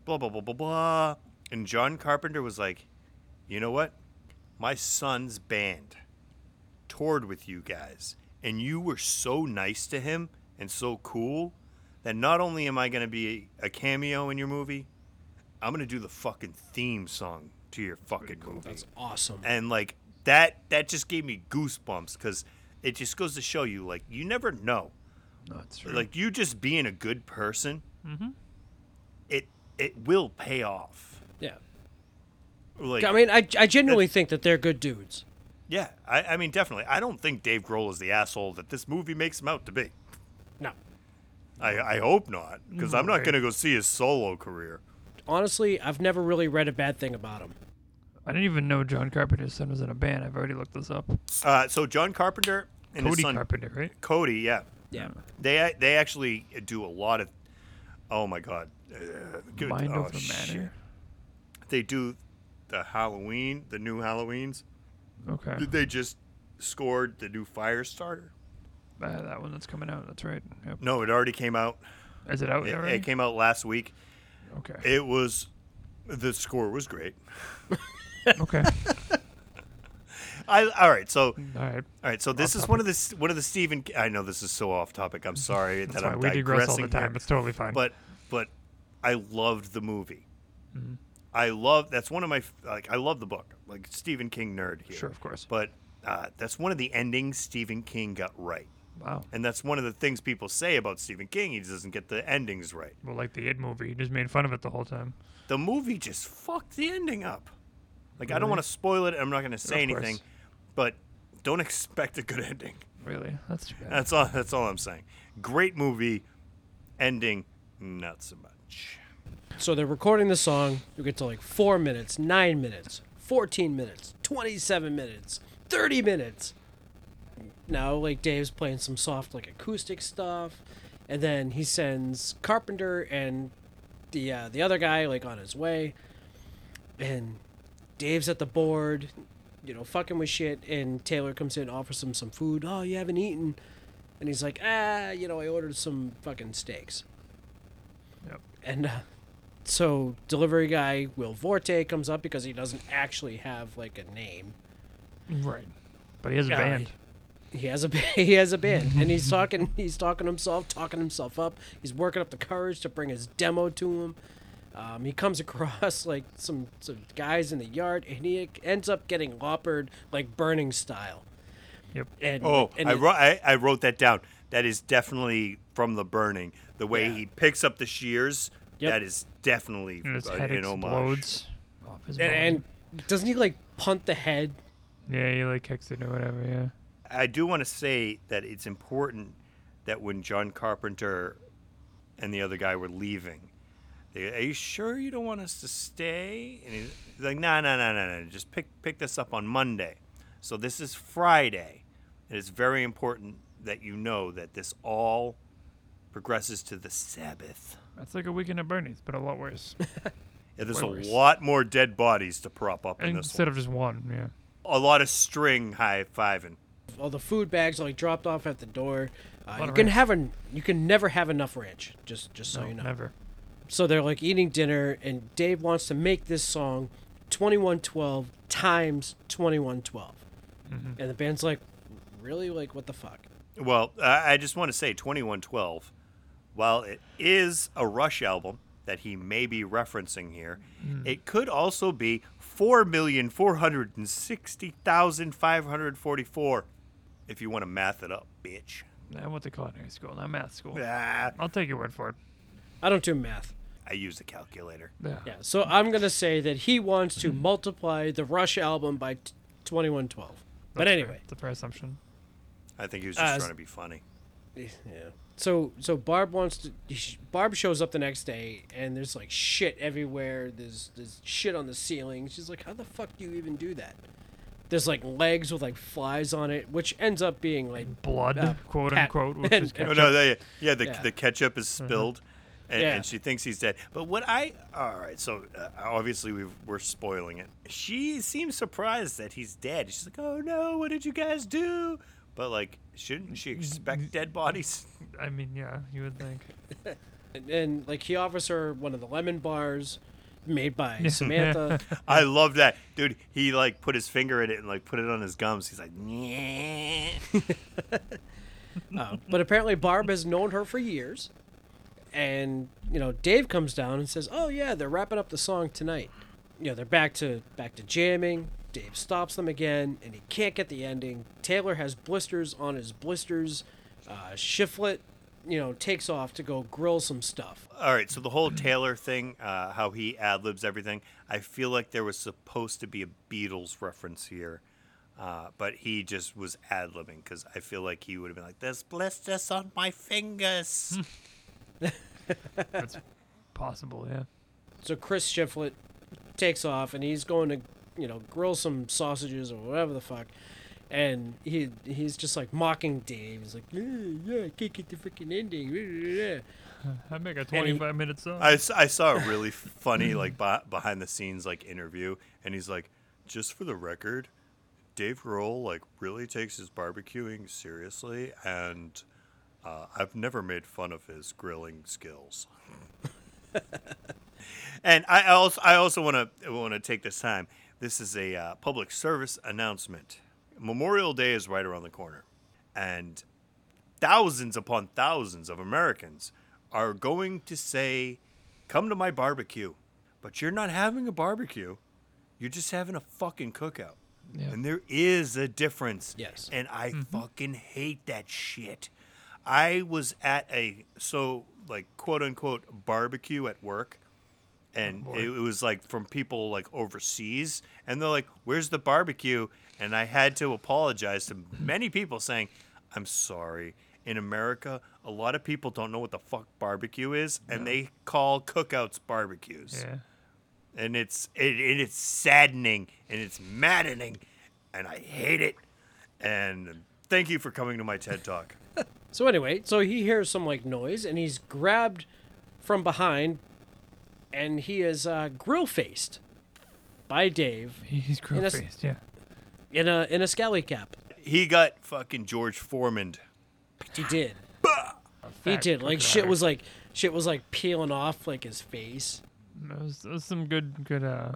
Speaker 5: Blah blah blah blah blah. And John Carpenter was like, you know what? My son's band rapport with you guys, and you were so nice to him and so cool that not only am I going to be a cameo in your movie, I'm going to do the fucking theme song to your fucking movie
Speaker 6: That's awesome.
Speaker 5: and like that that just gave me goosebumps because it just goes to show you like you never know
Speaker 10: No, it's true.
Speaker 5: like you just being a good person
Speaker 7: Mm-hmm.
Speaker 5: it it will pay off
Speaker 6: Yeah.
Speaker 5: like
Speaker 6: I mean, I, I genuinely think that they're good dudes.
Speaker 5: yeah I, I mean definitely i don't think dave grohl is the asshole that this movie makes him out to be
Speaker 6: No.
Speaker 5: i, I hope not because i'm not going to go see his solo career
Speaker 6: Honestly, I've never really read a bad thing about him.
Speaker 7: I didn't even know John Carpenter's son was in a band. I've already looked this up.
Speaker 5: uh, so john carpenter and his
Speaker 7: Cody
Speaker 5: son
Speaker 7: Carpenter, right?
Speaker 5: cody yeah
Speaker 6: Yeah.
Speaker 5: they they actually do a lot of oh my god uh, good-
Speaker 7: Mind
Speaker 5: oh,
Speaker 7: of the
Speaker 5: shit.
Speaker 7: Manor.
Speaker 5: they do the Halloween, the new Halloweens.
Speaker 7: Okay.
Speaker 5: Did they just scored the new Firestarter?
Speaker 7: Uh, that one that's coming out. That's right. Yep.
Speaker 5: No, it already came out.
Speaker 7: Is it out
Speaker 5: It,
Speaker 7: already?
Speaker 5: it came out last week.
Speaker 7: okay.
Speaker 5: It was the score was great.
Speaker 7: okay.
Speaker 5: I all right. So
Speaker 7: All right.
Speaker 5: all right. So this is one of the s- one of the Stephen. I know this is so off topic. I'm sorry
Speaker 7: That's
Speaker 5: that
Speaker 7: why
Speaker 5: I'm
Speaker 7: we digress all the
Speaker 5: digressing here.
Speaker 7: time. It's totally fine.
Speaker 5: but but I loved the movie.
Speaker 7: Mm-hmm.
Speaker 5: I love that's one of my f- like I love the book like Stephen King nerd here.
Speaker 7: Sure, of course.
Speaker 5: But uh, that's one of the endings Stephen King got right,
Speaker 7: wow.
Speaker 5: and that's one of the things people say about Stephen King. He doesn't get the endings right.
Speaker 7: Well, like the It movie, you just made fun of it the whole time.
Speaker 5: The movie just fucked the ending up. Like I don't want to spoil it. I'm not going to say
Speaker 7: Of course.
Speaker 5: anything, but don't expect a good ending.
Speaker 7: Really? That's too bad.
Speaker 5: That's all. That's all I'm saying. Great movie, ending not so much.
Speaker 6: So they're recording the song. You get to like four minutes, nine minutes, 14 minutes, 27 minutes, 30 minutes. Now, like, Dave's playing some soft, like, acoustic stuff. And then he sends Carpenter and the, uh, the other guy, like, on his way. And Dave's at the board, you know, fucking with shit. And Taylor comes in, offers him some food. Oh, you haven't eaten. And he's like, ah, you know, I ordered some fucking steaks.
Speaker 7: Yep.
Speaker 6: And uh, so delivery guy Will Forte comes up because he doesn't actually have like a name.
Speaker 7: Right. But he has a
Speaker 6: Yeah,
Speaker 7: band.
Speaker 6: He has a ba- he has a band, and he's talking he's talking himself, talking himself up. He's working up the courage to bring his demo to him. Um, he comes across like some some guys in the yard, and he ends up getting loppered like burning style.
Speaker 7: Yep.
Speaker 6: And
Speaker 5: Oh,
Speaker 6: and
Speaker 5: I,
Speaker 6: it-
Speaker 5: wrote, I, I wrote that down. That is definitely from the burning. The way
Speaker 6: Yeah.
Speaker 5: he picks up the shears,
Speaker 6: Yep.
Speaker 5: that is definitely
Speaker 7: And his
Speaker 5: uh,
Speaker 7: head
Speaker 5: an homage.
Speaker 7: explodes. Off his body.
Speaker 6: and, and doesn't he like punt the head?
Speaker 7: yeah, he like kicks it or whatever. Yeah.
Speaker 5: I do want to say that it's important that when John Carpenter and the other guy were leaving, they, are you sure you don't want us to stay? And he's he's like, no, no, no, no, no. Just pick pick this up on Monday. So this is Friday, and it's very important that you know that this all progresses to the Sabbath.
Speaker 7: That's like a weekend at Bernie's, but a lot worse.
Speaker 5: Yeah, there's
Speaker 7: Way
Speaker 5: a
Speaker 7: worse.
Speaker 5: lot more dead bodies to prop up in this
Speaker 7: Instead of just one. Yeah.
Speaker 5: one. A lot of string high fiving.
Speaker 6: All the food bags are like dropped off at the door. Uh, you
Speaker 7: of
Speaker 6: can
Speaker 7: ranch.
Speaker 6: have an you can never have enough ranch. Just just so you know.
Speaker 7: Never.
Speaker 6: So they're like eating dinner, and Dave wants to make this song 2112 times 2112.
Speaker 7: Mm-hmm.
Speaker 6: And the band's like, really? Like, what the fuck?
Speaker 5: Well, I I just want to say 2112, while it is a Rush album that he may be referencing here, it could also be 4,460,544 if you want to math it up, bitch.
Speaker 7: I went to culinary school, not math school.
Speaker 5: Ah,
Speaker 7: I'll take your word for it.
Speaker 6: I don't do math.
Speaker 5: I use a calculator.
Speaker 7: Yeah.
Speaker 6: Yeah, so I'm going to say that he wants to multiply the Rush album by t- 2112. But
Speaker 7: That's fair.
Speaker 6: anyway,
Speaker 7: It's a fair assumption.
Speaker 5: I think he was
Speaker 6: Uh,
Speaker 5: just
Speaker 6: s-
Speaker 5: trying to be funny.
Speaker 6: yeah. So so Barb wants to. sh- Barb shows up the next day, and there's like shit everywhere. There's there's shit on the ceiling. She's like, how the fuck do you even do that? There's like legs with like flies on it, which ends up being like
Speaker 7: Blood,
Speaker 6: Uh,
Speaker 7: quote
Speaker 6: Pat-
Speaker 7: unquote, which
Speaker 6: and-
Speaker 7: is
Speaker 6: and-
Speaker 5: Oh
Speaker 7: ketchup.
Speaker 5: no, they, yeah, the,
Speaker 6: Yeah. Mm-hmm.
Speaker 5: the ketchup is spilled, and,
Speaker 6: Yeah.
Speaker 5: and she thinks he's dead. But what I all right, so uh, obviously we've, we're spoiling it. She seems surprised that he's dead. She's like, "Oh no, what did you guys do?" But like, shouldn't she expect dead bodies?
Speaker 7: I mean, yeah, you would think.
Speaker 6: and, and like he offers her one of the lemon bars. made by Samantha.
Speaker 5: I love that, dude. He like put his finger in it and like put it on his gums. He's like, "Nyeh."
Speaker 6: but apparently Barb has known her for years. And, you know, Dave comes down and says, "Oh yeah, they're wrapping up the song tonight." You know, they're back to back to jamming. Dave stops them again and he can't get the ending. Taylor has blisters on his blisters. Uh, Shiflet, you know, takes off to go grill some stuff.
Speaker 5: All right, so the whole Taylor thing, uh, how he ad libs everything, I feel like there was supposed to be a Beatles reference here, uh, but he just was ad libbing because I feel like he would have been like, "There's blisters on my fingers."
Speaker 7: Possible, yeah.
Speaker 6: So Chris Shiflet takes off and he's going to, you know, grill some sausages or whatever the fuck. And he he's just like mocking Dave. He's like, yeah, yeah, I can't get the freaking ending. yeah."
Speaker 7: I make a
Speaker 6: he-
Speaker 7: 25 minute song.
Speaker 5: I, s- I saw a really funny like beh- behind the scenes like interview, and he's like, "Just for the record, Dave Grohl like really takes his barbecuing seriously, and uh, I've never made fun of his grilling skills." and I also I also want to want to take this time. This is a uh, public service announcement. Memorial Day is right around the corner, and thousands upon thousands of Americans are going to say, Come to my barbecue. But you're not having a barbecue, you're just having a fucking cookout. And there is a difference.
Speaker 6: Yes.
Speaker 5: And I fucking hate that shit. I was at a, so like, quote unquote, barbecue at work. And it, it was like from people like overseas. And they're like, Where's the barbecue? And I had to apologize to many people saying, I'm sorry. In America, a lot of people don't know what the fuck barbecue is, and they call cookouts barbecues.
Speaker 7: yeah.
Speaker 5: And it's it, and it's saddening and it's maddening, and I hate it. And thank you for coming to my TED talk.
Speaker 6: So anyway, so he hears some like noise and he's grabbed from behind, and he is uh, grill faced by Dave
Speaker 7: He's
Speaker 6: a
Speaker 7: crow
Speaker 6: s-
Speaker 7: faced, yeah.
Speaker 6: in a in a scally cap.
Speaker 5: he got fucking George Foreman.
Speaker 6: He did. He
Speaker 7: Fact,
Speaker 6: did. Like
Speaker 7: fucking
Speaker 6: shit
Speaker 7: fact.
Speaker 6: was like shit was like peeling off like his face.
Speaker 7: That was, that was some good, good uh,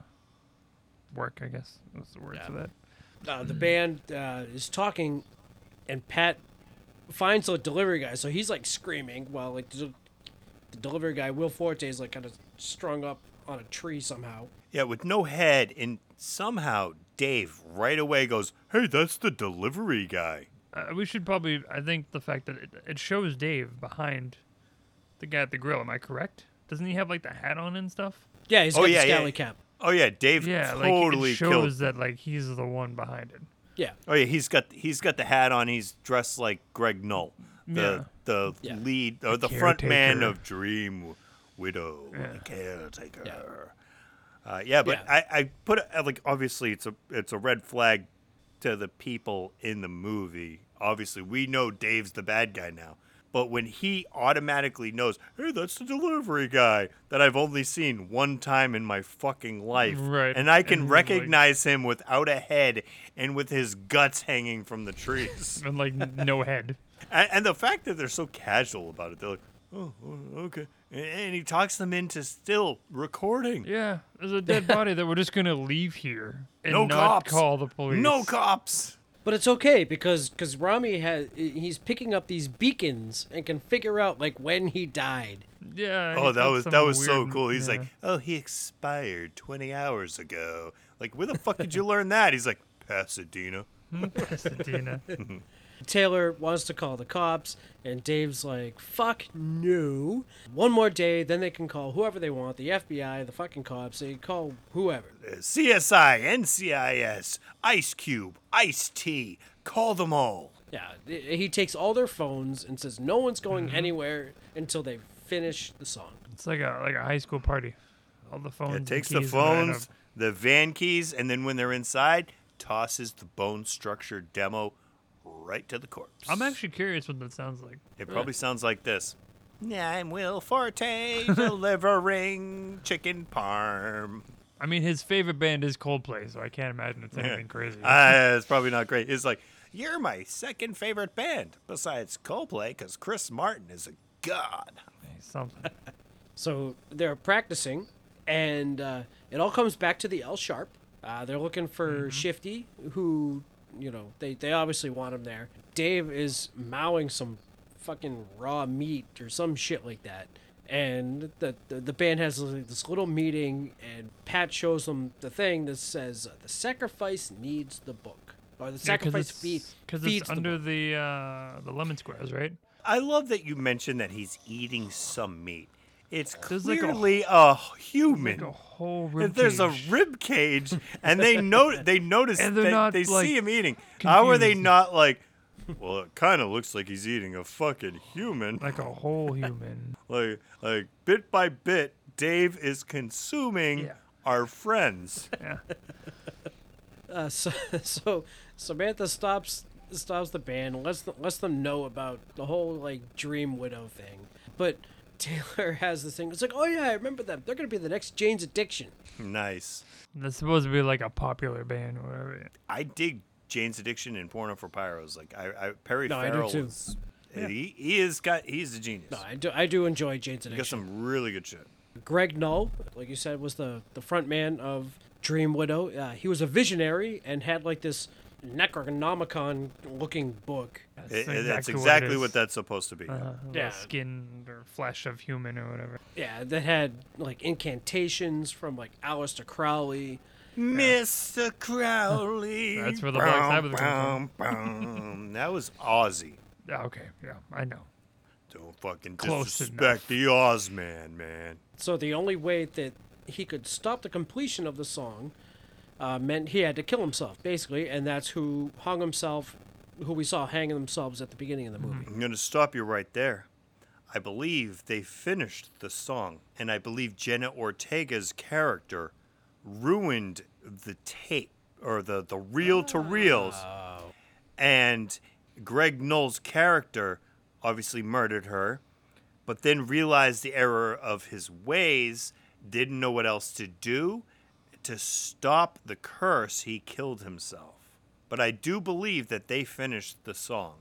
Speaker 7: work, I guess. That's the word for that.
Speaker 6: uh, the band uh, is talking, and Pat finds the delivery guy. So he's like screaming while like the, the delivery guy Will Forte is like kind of strung up on a tree somehow.
Speaker 5: Yeah, with no head, and somehow Dave right away goes, "Hey, that's the delivery guy."
Speaker 7: Uh, we should probably, I think the fact that it, it shows Dave behind the guy at the grill, am I correct? Doesn't he have like the hat on and stuff?
Speaker 6: Yeah, he's
Speaker 5: Oh,
Speaker 6: got
Speaker 5: yeah,
Speaker 6: the
Speaker 5: yeah.
Speaker 6: scally cap.
Speaker 5: Oh yeah, Dave
Speaker 7: Yeah, like
Speaker 5: totally
Speaker 7: it
Speaker 5: killed
Speaker 7: shows that like he's the one behind it.
Speaker 6: Yeah,
Speaker 5: Oh yeah, he's got he's got the hat on. He's dressed like Greg Null, the
Speaker 7: Yeah.
Speaker 5: the
Speaker 6: Yeah.
Speaker 5: lead or the front man
Speaker 7: caretaker.
Speaker 5: of Dream Widow, the
Speaker 7: Yeah.
Speaker 5: caretaker. Uh, yeah, but
Speaker 6: Yeah.
Speaker 5: I, I put a- like obviously it's a it's a red flag to the people in the movie. Obviously, we know Dave's the bad guy now. But when he automatically knows, hey, that's the delivery guy that I've only seen one time in my fucking life,
Speaker 7: Right,
Speaker 5: And I
Speaker 7: and
Speaker 5: can
Speaker 7: he's like-
Speaker 5: recognize him without a head and with his guts hanging from the trees.
Speaker 7: And like n- no head.
Speaker 5: and, and the fact that they're so casual about it, they're like, oh, oh, okay, and, and he talks them into still recording.
Speaker 7: Yeah, there's a dead body that we're just gonna leave here and
Speaker 5: No
Speaker 7: not
Speaker 5: cops.
Speaker 7: call the police.
Speaker 5: No cops.
Speaker 6: but it's okay because because Rami has he's picking up these beacons and can figure out like when he died.
Speaker 7: Yeah.
Speaker 5: Oh,
Speaker 7: he's
Speaker 5: that
Speaker 7: got
Speaker 5: was
Speaker 7: some
Speaker 5: that was so
Speaker 7: weird-
Speaker 5: cool. He's
Speaker 7: yeah.
Speaker 5: like, oh, he expired 20 hours ago. Like, where the fuck did you learn that? He's like, Pasadena.
Speaker 7: Pasadena.
Speaker 6: Taylor wants to call the cops, and Dave's like, fuck no. One more day, then they can call whoever they want the FBI, the fucking cops, they can call whoever.
Speaker 5: Uh, CSI, NCIS, Ice Cube, Ice T. Call them all.
Speaker 6: Yeah, th- he takes all their phones and says, no one's going anywhere until they finish the song.
Speaker 7: it's like a like a high school party. All the phones.
Speaker 5: It
Speaker 7: and
Speaker 5: takes the
Speaker 7: keys and whatever.
Speaker 5: phones, the van keys, and then when they're inside, tosses the bone structure demo right to the corpse.
Speaker 7: I'm actually curious what that sounds like.
Speaker 5: It probably sounds like this. I'm Will Forte delivering chicken parm.
Speaker 7: I mean, his favorite band is Coldplay, so I can't imagine it's anything crazy.
Speaker 5: Uh, it's probably not great. It's like, you're my second favorite band besides Coldplay because Chris Martin is a god.
Speaker 7: Something.
Speaker 6: So they're practicing, and uh, it all comes back to the L sharp. Uh, they're looking
Speaker 7: Mm-hmm.
Speaker 6: for Shifty, who you know they they obviously want him there. Dave is mowing some fucking raw meat or some shit like that, and the the, the band has like, this little meeting, and Pat shows them the thing that says the sacrifice needs the book, or the sacrifice feed-
Speaker 7: because
Speaker 6: feeds
Speaker 7: it's
Speaker 6: the
Speaker 7: under
Speaker 6: book.
Speaker 7: the uh, the lemon squares, right?
Speaker 5: I love that you mentioned that he's eating some meat. It's
Speaker 7: There's like a-
Speaker 5: clearly a, human.
Speaker 7: Like a whole rib
Speaker 5: If there's a
Speaker 7: cage.
Speaker 5: rib cage and they know they notice
Speaker 7: And they're
Speaker 5: they,
Speaker 7: not,
Speaker 5: they
Speaker 7: like,
Speaker 5: see him eating, how are they
Speaker 7: confused.
Speaker 5: not like? Well, it kind of looks like he's eating a fucking human.
Speaker 7: like a whole human.
Speaker 5: Like, like bit by bit, Dave is consuming
Speaker 7: Yeah.
Speaker 5: our friends.
Speaker 7: Yeah.
Speaker 6: Uh, so, so Samantha stops stops the band, lets them, lets them know about the whole like dream widow thing. But Taylor has this thing. It's like, oh yeah, I remember them. They're gonna be the next Jane's Addiction.
Speaker 5: nice.
Speaker 7: That's supposed to be like a popular band or whatever.
Speaker 5: I dig Jane's Addiction and Porno for Pyros. Like I, I Perry
Speaker 6: No, I do
Speaker 5: Farrell.
Speaker 6: too.
Speaker 5: is- He, he is got. He's a genius.
Speaker 6: No, Uh, I do I do enjoy Jane's
Speaker 5: he got
Speaker 6: Addiction.
Speaker 5: some really good shit.
Speaker 6: Greg Null, like you said, was the the front man of Dream Widow. Uh, he was a visionary and had like this Necronomicon looking book.
Speaker 5: I- I- That's, exactly,
Speaker 7: it
Speaker 5: what,
Speaker 7: is.
Speaker 5: that's supposed to be.
Speaker 7: Uh, the
Speaker 6: Yeah.
Speaker 7: Skin or flesh of human or whatever.
Speaker 6: Yeah, that had like incantations from like Aleister Crowley.
Speaker 5: Mr. Crowley.
Speaker 7: That's where the Black Sabbath comes from.
Speaker 5: from. that was Aussie.
Speaker 7: Ah, Okay, yeah, I know.
Speaker 5: Don't fucking
Speaker 7: Close
Speaker 5: disrespect the Oz man, man.
Speaker 6: So the only way that he could stop the completion of the song uh, meant he had to kill himself, basically, and that's who hung himself, who we saw hanging themselves at the beginning of the movie.
Speaker 5: I'm going to stop you right there. I believe they finished the song, and I believe Jenna Ortega's character ruined the tape or the, the reel to reels. And Greg Knoll's character obviously murdered her, but then realized the error of his ways, didn't know what else to do. To stop the curse, he killed himself. But I do believe that they finished the song,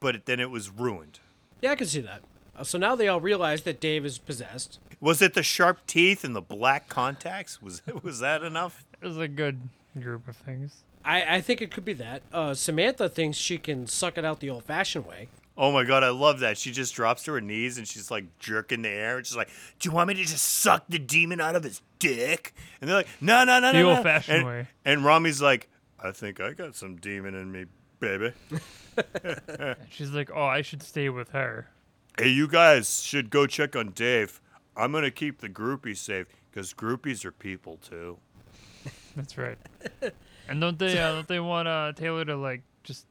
Speaker 5: but then it was ruined.
Speaker 6: Yeah, I can see that. Uh, so now they all realize that Dave is possessed.
Speaker 5: Was it the sharp teeth and the black contacts? Was was that enough?
Speaker 7: It was a good group of things.
Speaker 6: I, I think it could be that. Uh, Samantha thinks she can suck it out the old fashioned way.
Speaker 5: Oh my god, I love that. She just drops to her knees and she's like jerking the air and she's like, Do you want me to just suck the demon out of his dick? And they're like, No, no, no,
Speaker 7: The
Speaker 5: no. no."
Speaker 7: old-fashioned
Speaker 5: And-
Speaker 7: way.
Speaker 5: And Rami's like, I think I got some demon in me, baby.
Speaker 7: And she's like, oh, I should stay with her.
Speaker 5: Hey, you guys should go check on Dave. I'm gonna keep the groupies safe because groupies are people too.
Speaker 7: That's right. and don't they uh, don't they want uh, Taylor to like just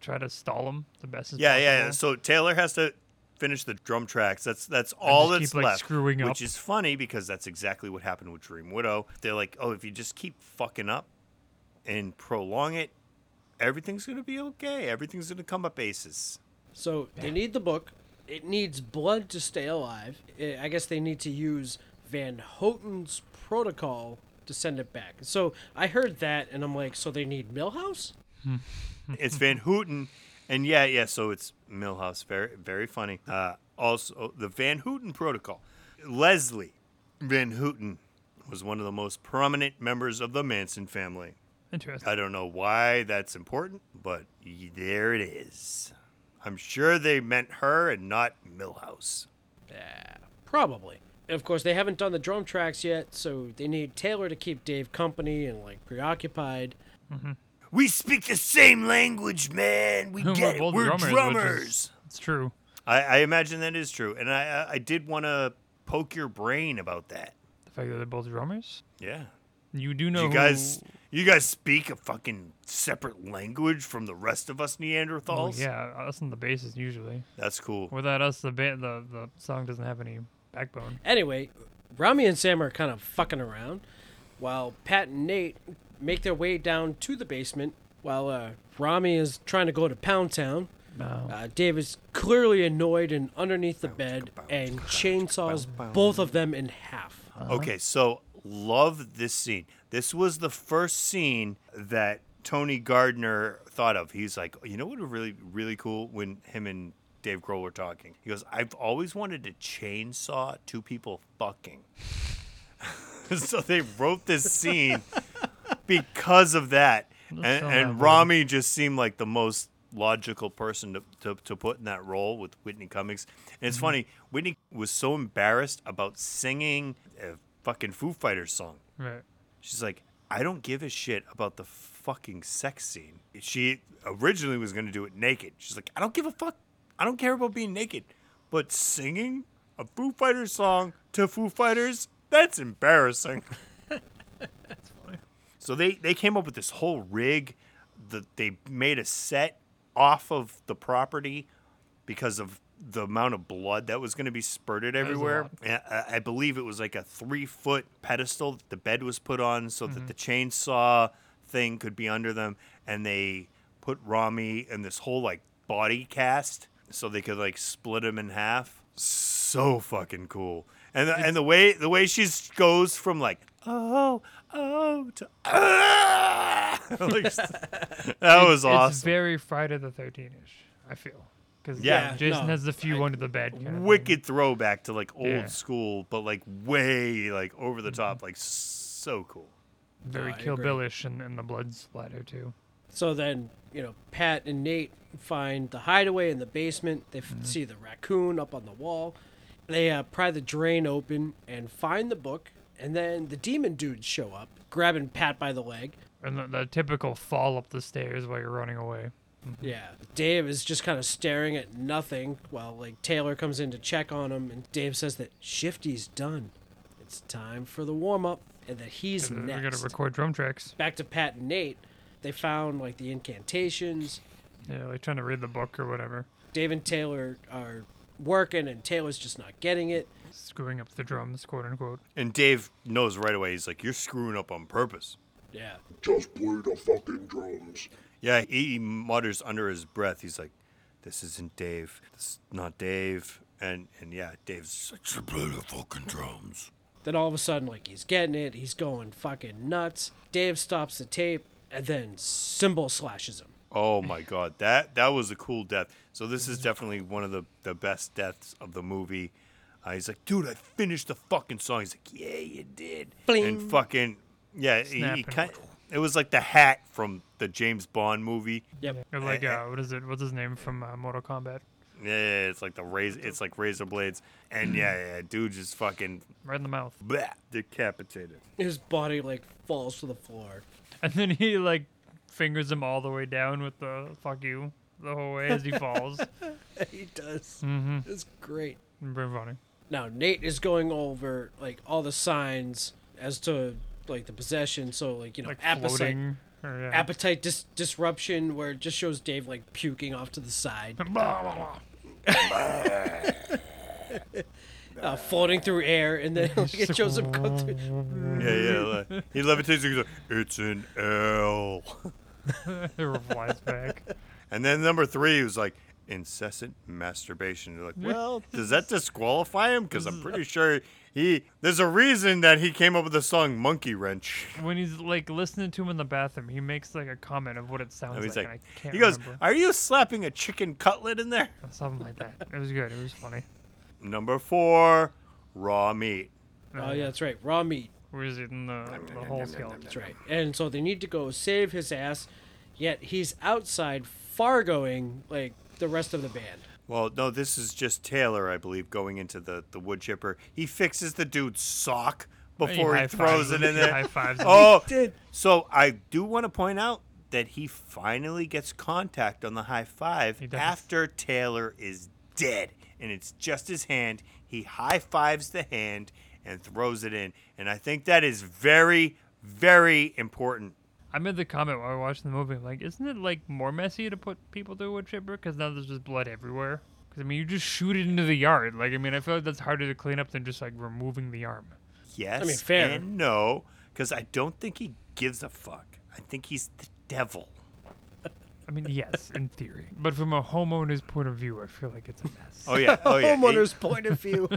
Speaker 7: try to stall him the best as
Speaker 5: Yeah, yeah, yeah.
Speaker 7: possible?
Speaker 5: So Taylor has to finish the drum tracks. That's that's all
Speaker 7: just
Speaker 5: that's
Speaker 7: keep, like,
Speaker 5: left.
Speaker 7: screwing
Speaker 5: which
Speaker 7: up.
Speaker 5: is funny because that's exactly what happened with Dream Widow. They're like, oh, if you just keep fucking up and prolong it, everything's gonna be okay. Everything's gonna come up aces.
Speaker 6: So they need the book. It needs blood to stay alive. I I guess they need to use Van Houten's protocol to send it back. So I heard that and I'm like, so they need Millhouse?
Speaker 5: it's Van Houten, and yeah, yeah. So it's Millhouse. Very, very funny. Uh, also, the Van Houten protocol. Leslie Van Houten was one of the most prominent members of the Manson family.
Speaker 7: Interesting.
Speaker 5: I don't know why that's important, but y- there it is. I'm sure they meant her and not Millhouse.
Speaker 6: Probably. And of course, they haven't done the drum tracks yet, so they need Taylor to keep Dave company and like preoccupied.
Speaker 5: We speak the same language, man. We
Speaker 7: We're
Speaker 5: get it.
Speaker 7: both
Speaker 5: We're
Speaker 7: drummers, which
Speaker 5: drummers.
Speaker 7: is- It's true.
Speaker 5: I, I imagine that is true, and I, I- I did want to poke your brain about that.
Speaker 7: The fact that they're both drummers.
Speaker 5: Yeah.
Speaker 7: You do
Speaker 5: Do
Speaker 7: know
Speaker 5: you guys,
Speaker 7: who-
Speaker 5: you guys speak a fucking separate language from the rest of us
Speaker 7: Oh,
Speaker 5: Neanderthals.
Speaker 7: yeah, us and the basses usually.
Speaker 5: that's cool.
Speaker 7: Without us, the ba- the the song doesn't have any backbone.
Speaker 6: Anyway, Rami and Sam are kind of fucking around while Pat and Nate make their way down to the basement while uh, Rami is trying to go to Pound Town.
Speaker 7: No.
Speaker 6: Uh, Dave is clearly annoyed and underneath the bed and chainsaws both of them in half.
Speaker 5: Okay, so love this scene. This was the first scene that Tony Gardner thought of. He's like, you know what would be really, really cool when him and Dave Grohl were talking? He goes, I've always wanted to chainsaw two people fucking. so they wrote this scene because of that. And,
Speaker 7: so
Speaker 5: and
Speaker 7: bad.
Speaker 5: Rami just seemed like the most logical person to, to, to put in that role with Whitney Cummings. And it's funny, Whitney was so embarrassed about singing a fucking Foo Fighters song.
Speaker 7: Right.
Speaker 5: She's like, I don't give a shit about the fucking sex scene. She originally was going to do it naked. She's like, I don't give a fuck. I don't care about being naked. But singing a Foo Fighters song to Foo Fighters, that's embarrassing. so they, they came up with this whole rig that they made a set off of the property because of the amount of blood that was going to be spurted
Speaker 7: was a
Speaker 5: everywhere.
Speaker 7: lot.
Speaker 5: And I, I believe it was like a three foot pedestal that the bed was put on so
Speaker 7: Mm-hmm.
Speaker 5: that the chainsaw thing could be under them. And they put Rami in this whole like body cast so they could like split him in half. So fucking cool. And the, and the way the way she goes from like oh oh to ah! Like, that was
Speaker 7: It's
Speaker 5: awesome.
Speaker 7: very Friday the 13th ish, I feel. Because
Speaker 5: Yeah.
Speaker 7: yeah,
Speaker 5: Yeah,
Speaker 7: Jason
Speaker 6: no,
Speaker 7: has the few under the bed. Kind of thing.
Speaker 5: wicked throwback to like old
Speaker 7: Yeah.
Speaker 5: school, but like way like over the top, like so cool.
Speaker 7: Very
Speaker 6: I
Speaker 7: Kill
Speaker 6: agree.
Speaker 7: Billish and, and the blood splatter, too.
Speaker 6: So then, you know, Pat and Nate find the hideaway in the basement. They f- see the raccoon up on the wall. They uh, pry the drain open and find the book. And then the demon dudes show up, grabbing Pat by the leg.
Speaker 7: And the, the typical fall up the stairs while you're running away.
Speaker 6: Yeah. Dave is just kind of staring at nothing while, like, Taylor comes in to check on him. And Dave says that Shifty's done. It's time for the warm up and that he's
Speaker 7: We're
Speaker 6: next.
Speaker 7: going to record drum tracks.
Speaker 6: Back to Pat and Nate. They found, like, the incantations.
Speaker 7: Yeah, like trying to read the book or whatever.
Speaker 6: Dave and Taylor are working, and Taylor's just not getting it.
Speaker 7: Screwing up the drums, quote unquote.
Speaker 5: And Dave knows right away. He's like, "You're screwing up on purpose."
Speaker 6: Yeah.
Speaker 4: Just play the fucking drums.
Speaker 5: Yeah, he mutters under his breath. He's like, "This isn't Dave. This is not Dave." And and yeah, Dave's just like, play the fucking drums.
Speaker 6: Then all of a sudden, like, he's getting it. He's going fucking nuts. Dave stops the tape, and then Symbol slashes him.
Speaker 5: Oh my god, that that was a cool death. So this is definitely one of the the best deaths of the movie. Uh, he's like, dude, I finished the fucking song. He's like, yeah, you did. And fucking yeah, he, he
Speaker 7: Snap and-
Speaker 5: kind. It was like the hat from the James Bond movie.
Speaker 6: Yep.
Speaker 7: Or like, uh, what is it? What's his name from uh, Mortal Kombat?
Speaker 5: Yeah, yeah, it's like the razor. It's like razor blades. And yeah, yeah, dude, just fucking
Speaker 7: Right in the mouth.
Speaker 5: bleh, decapitated.
Speaker 6: His body, like, falls to the floor.
Speaker 7: And then he like fingers him all the way down with the fuck you the whole way as he falls.
Speaker 6: he does.
Speaker 7: Mm-hmm.
Speaker 6: It's great.
Speaker 7: Very funny.
Speaker 6: Now, Nate is going over, like, all the signs as to, like, the possession. So, like, you know,
Speaker 7: Like
Speaker 6: appetite,
Speaker 7: floating. Or, yeah.
Speaker 6: appetite dis- disruption, where it just shows Dave, like, puking off to the side.
Speaker 7: Blah, blah, blah.
Speaker 6: uh, floating through air, and then like, it shows him go through.
Speaker 5: Yeah, yeah. like- he levitates. He's like, it's an L.
Speaker 7: It flies back.
Speaker 5: And then number three was like incessant masturbation. You're like, well, does that disqualify him? Because I'm pretty sure he. There's a reason that he came up with the song Monkey Wrench.
Speaker 7: When he's like listening to him in the bathroom, he makes like a comment of what it sounds
Speaker 5: And Oh, he's
Speaker 7: like.
Speaker 5: like,
Speaker 7: and I can't
Speaker 5: he goes,
Speaker 7: remember.
Speaker 5: "Are you slapping a chicken cutlet in there?"
Speaker 7: something like that. It was good. It was funny.
Speaker 5: Number four, raw meat.
Speaker 6: Oh yeah, that's right. Raw meat.
Speaker 7: We're just eating the, the whole skeleton.
Speaker 6: That's right. And so they need to go save his ass, yet he's outside Fargoing like the rest of the band.
Speaker 5: Well, no, this is just Taylor, I believe, going into the the wood chipper. He fixes the dude's sock before he,
Speaker 7: high-fives
Speaker 5: throws it
Speaker 7: him.
Speaker 5: in
Speaker 7: He
Speaker 5: there.
Speaker 7: High fives. him.
Speaker 5: Oh, so I do want to point out that he finally gets contact on the high five
Speaker 7: He does.
Speaker 5: after Taylor is dead, and it's just his hand. He high fives the hand and throws it in, and I think that is very, very important.
Speaker 7: I made the comment while we were watching the movie. I'm like, isn't it like more messy to put people through a wood chipper? Because now there's just blood everywhere. Because I mean, you just shoot it into the yard. Like, I mean, I feel like that's harder to clean up than just like removing the arm.
Speaker 5: Yes,
Speaker 6: I mean, fair.
Speaker 5: and no, because I don't think he gives a fuck. I think he's the devil.
Speaker 7: I mean, yes, in theory. But from a homeowner's point of view, I feel like it's a mess.
Speaker 5: Oh yeah, oh yeah.
Speaker 6: Homeowner's point of view.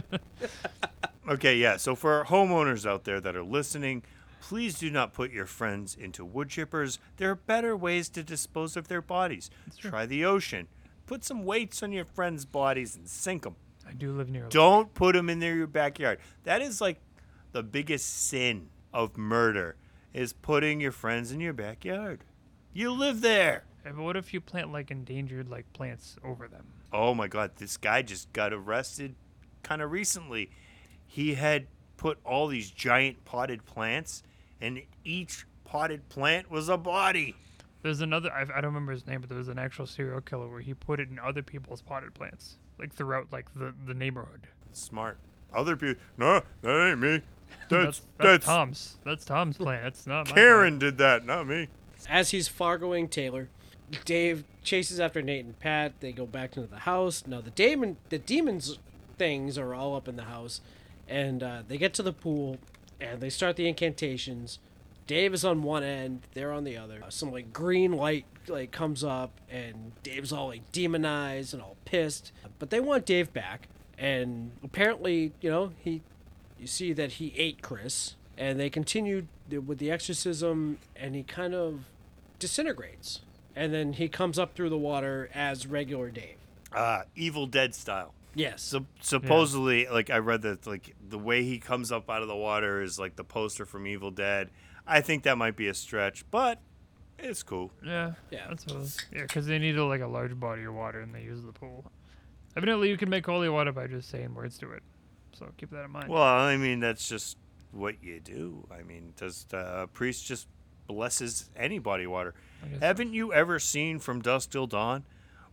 Speaker 5: Okay, yeah. So for our homeowners out there that are listening, please do not put your friends into wood chippers. There are better ways to dispose of their bodies. Try the ocean. Put some weights on your friends' bodies and sink them.
Speaker 7: I do live near. a
Speaker 5: Don't put them in their your backyard. That is like the biggest sin of murder is putting your friends in your backyard. You live there.
Speaker 7: Yeah, But what if you plant like endangered like plants over them?
Speaker 5: Oh my God, this guy just got arrested kind of recently. He had put all these giant potted plants, and each potted plant was a body.
Speaker 7: There's another I, I don't remember his name, but there was an actual serial killer where he put it in other people's potted plants, like throughout like the the neighborhood.
Speaker 5: Smart. Other people, no, that ain't me. That's,
Speaker 7: That's that's,
Speaker 5: that's,
Speaker 7: Tom's. That's Tom's plant. That's not my plant."
Speaker 5: Karen did that, not me.
Speaker 6: As he's fargoing Taylor, Dave chases after Nate and Pat. They go back into the house. Now the demon, the demons, things are all up in the house, and uh, they get to the pool, and they start the incantations. Dave is on one end, they're on the other. Uh, some like green light like comes up, and Dave's all like demonized and all pissed. But they want Dave back, and apparently, you know, he you see that he ate Chris, and they continued th- with the exorcism, and he kind of disintegrates. And then he comes up through the water as regular Dave.
Speaker 5: Uh, Evil Dead style.
Speaker 6: Yes.
Speaker 5: Sup- supposedly, like I read that, like the way he comes up out of the water is like the poster from Evil Dead. I think that might be a stretch, but it's cool.
Speaker 7: Yeah.
Speaker 6: Yeah.
Speaker 7: That's what it was. Yeah, because they needed like a large body of water and they use the pool. Evidently, you can make holy water by just saying words to it. So keep that in mind.
Speaker 5: Well, I mean, that's just what you do. I mean, does uh, a priest just blesses any body water?
Speaker 7: guess so.
Speaker 5: Haven't you ever seen from dusk till dawn,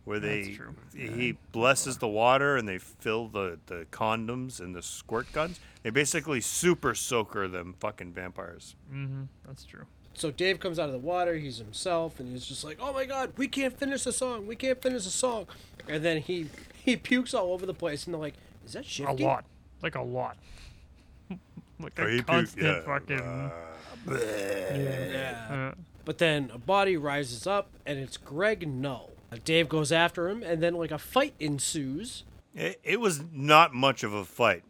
Speaker 5: where they
Speaker 7: That's true.
Speaker 5: he blesses the water and they fill the the condoms and the squirt guns? They basically super soaker them fucking vampires.
Speaker 7: mm-hmm. That's true.
Speaker 6: So Dave comes out of the water, he's himself, and he's just like, "Oh my God, we can't finish the song, we can't finish the song," and then he he pukes all over the place, and they're like, "Is that
Speaker 7: A
Speaker 6: shifty?"
Speaker 7: lot. Like a lot. like
Speaker 5: Or
Speaker 7: a
Speaker 5: he puke-
Speaker 7: constant
Speaker 5: yeah, Uh,
Speaker 7: fucking.
Speaker 6: Yeah.
Speaker 7: uh,
Speaker 6: But then a body rises up, and it's Greg Null. Uh, Dave goes after him, and then like a fight ensues.
Speaker 5: It, it was not much of a fight.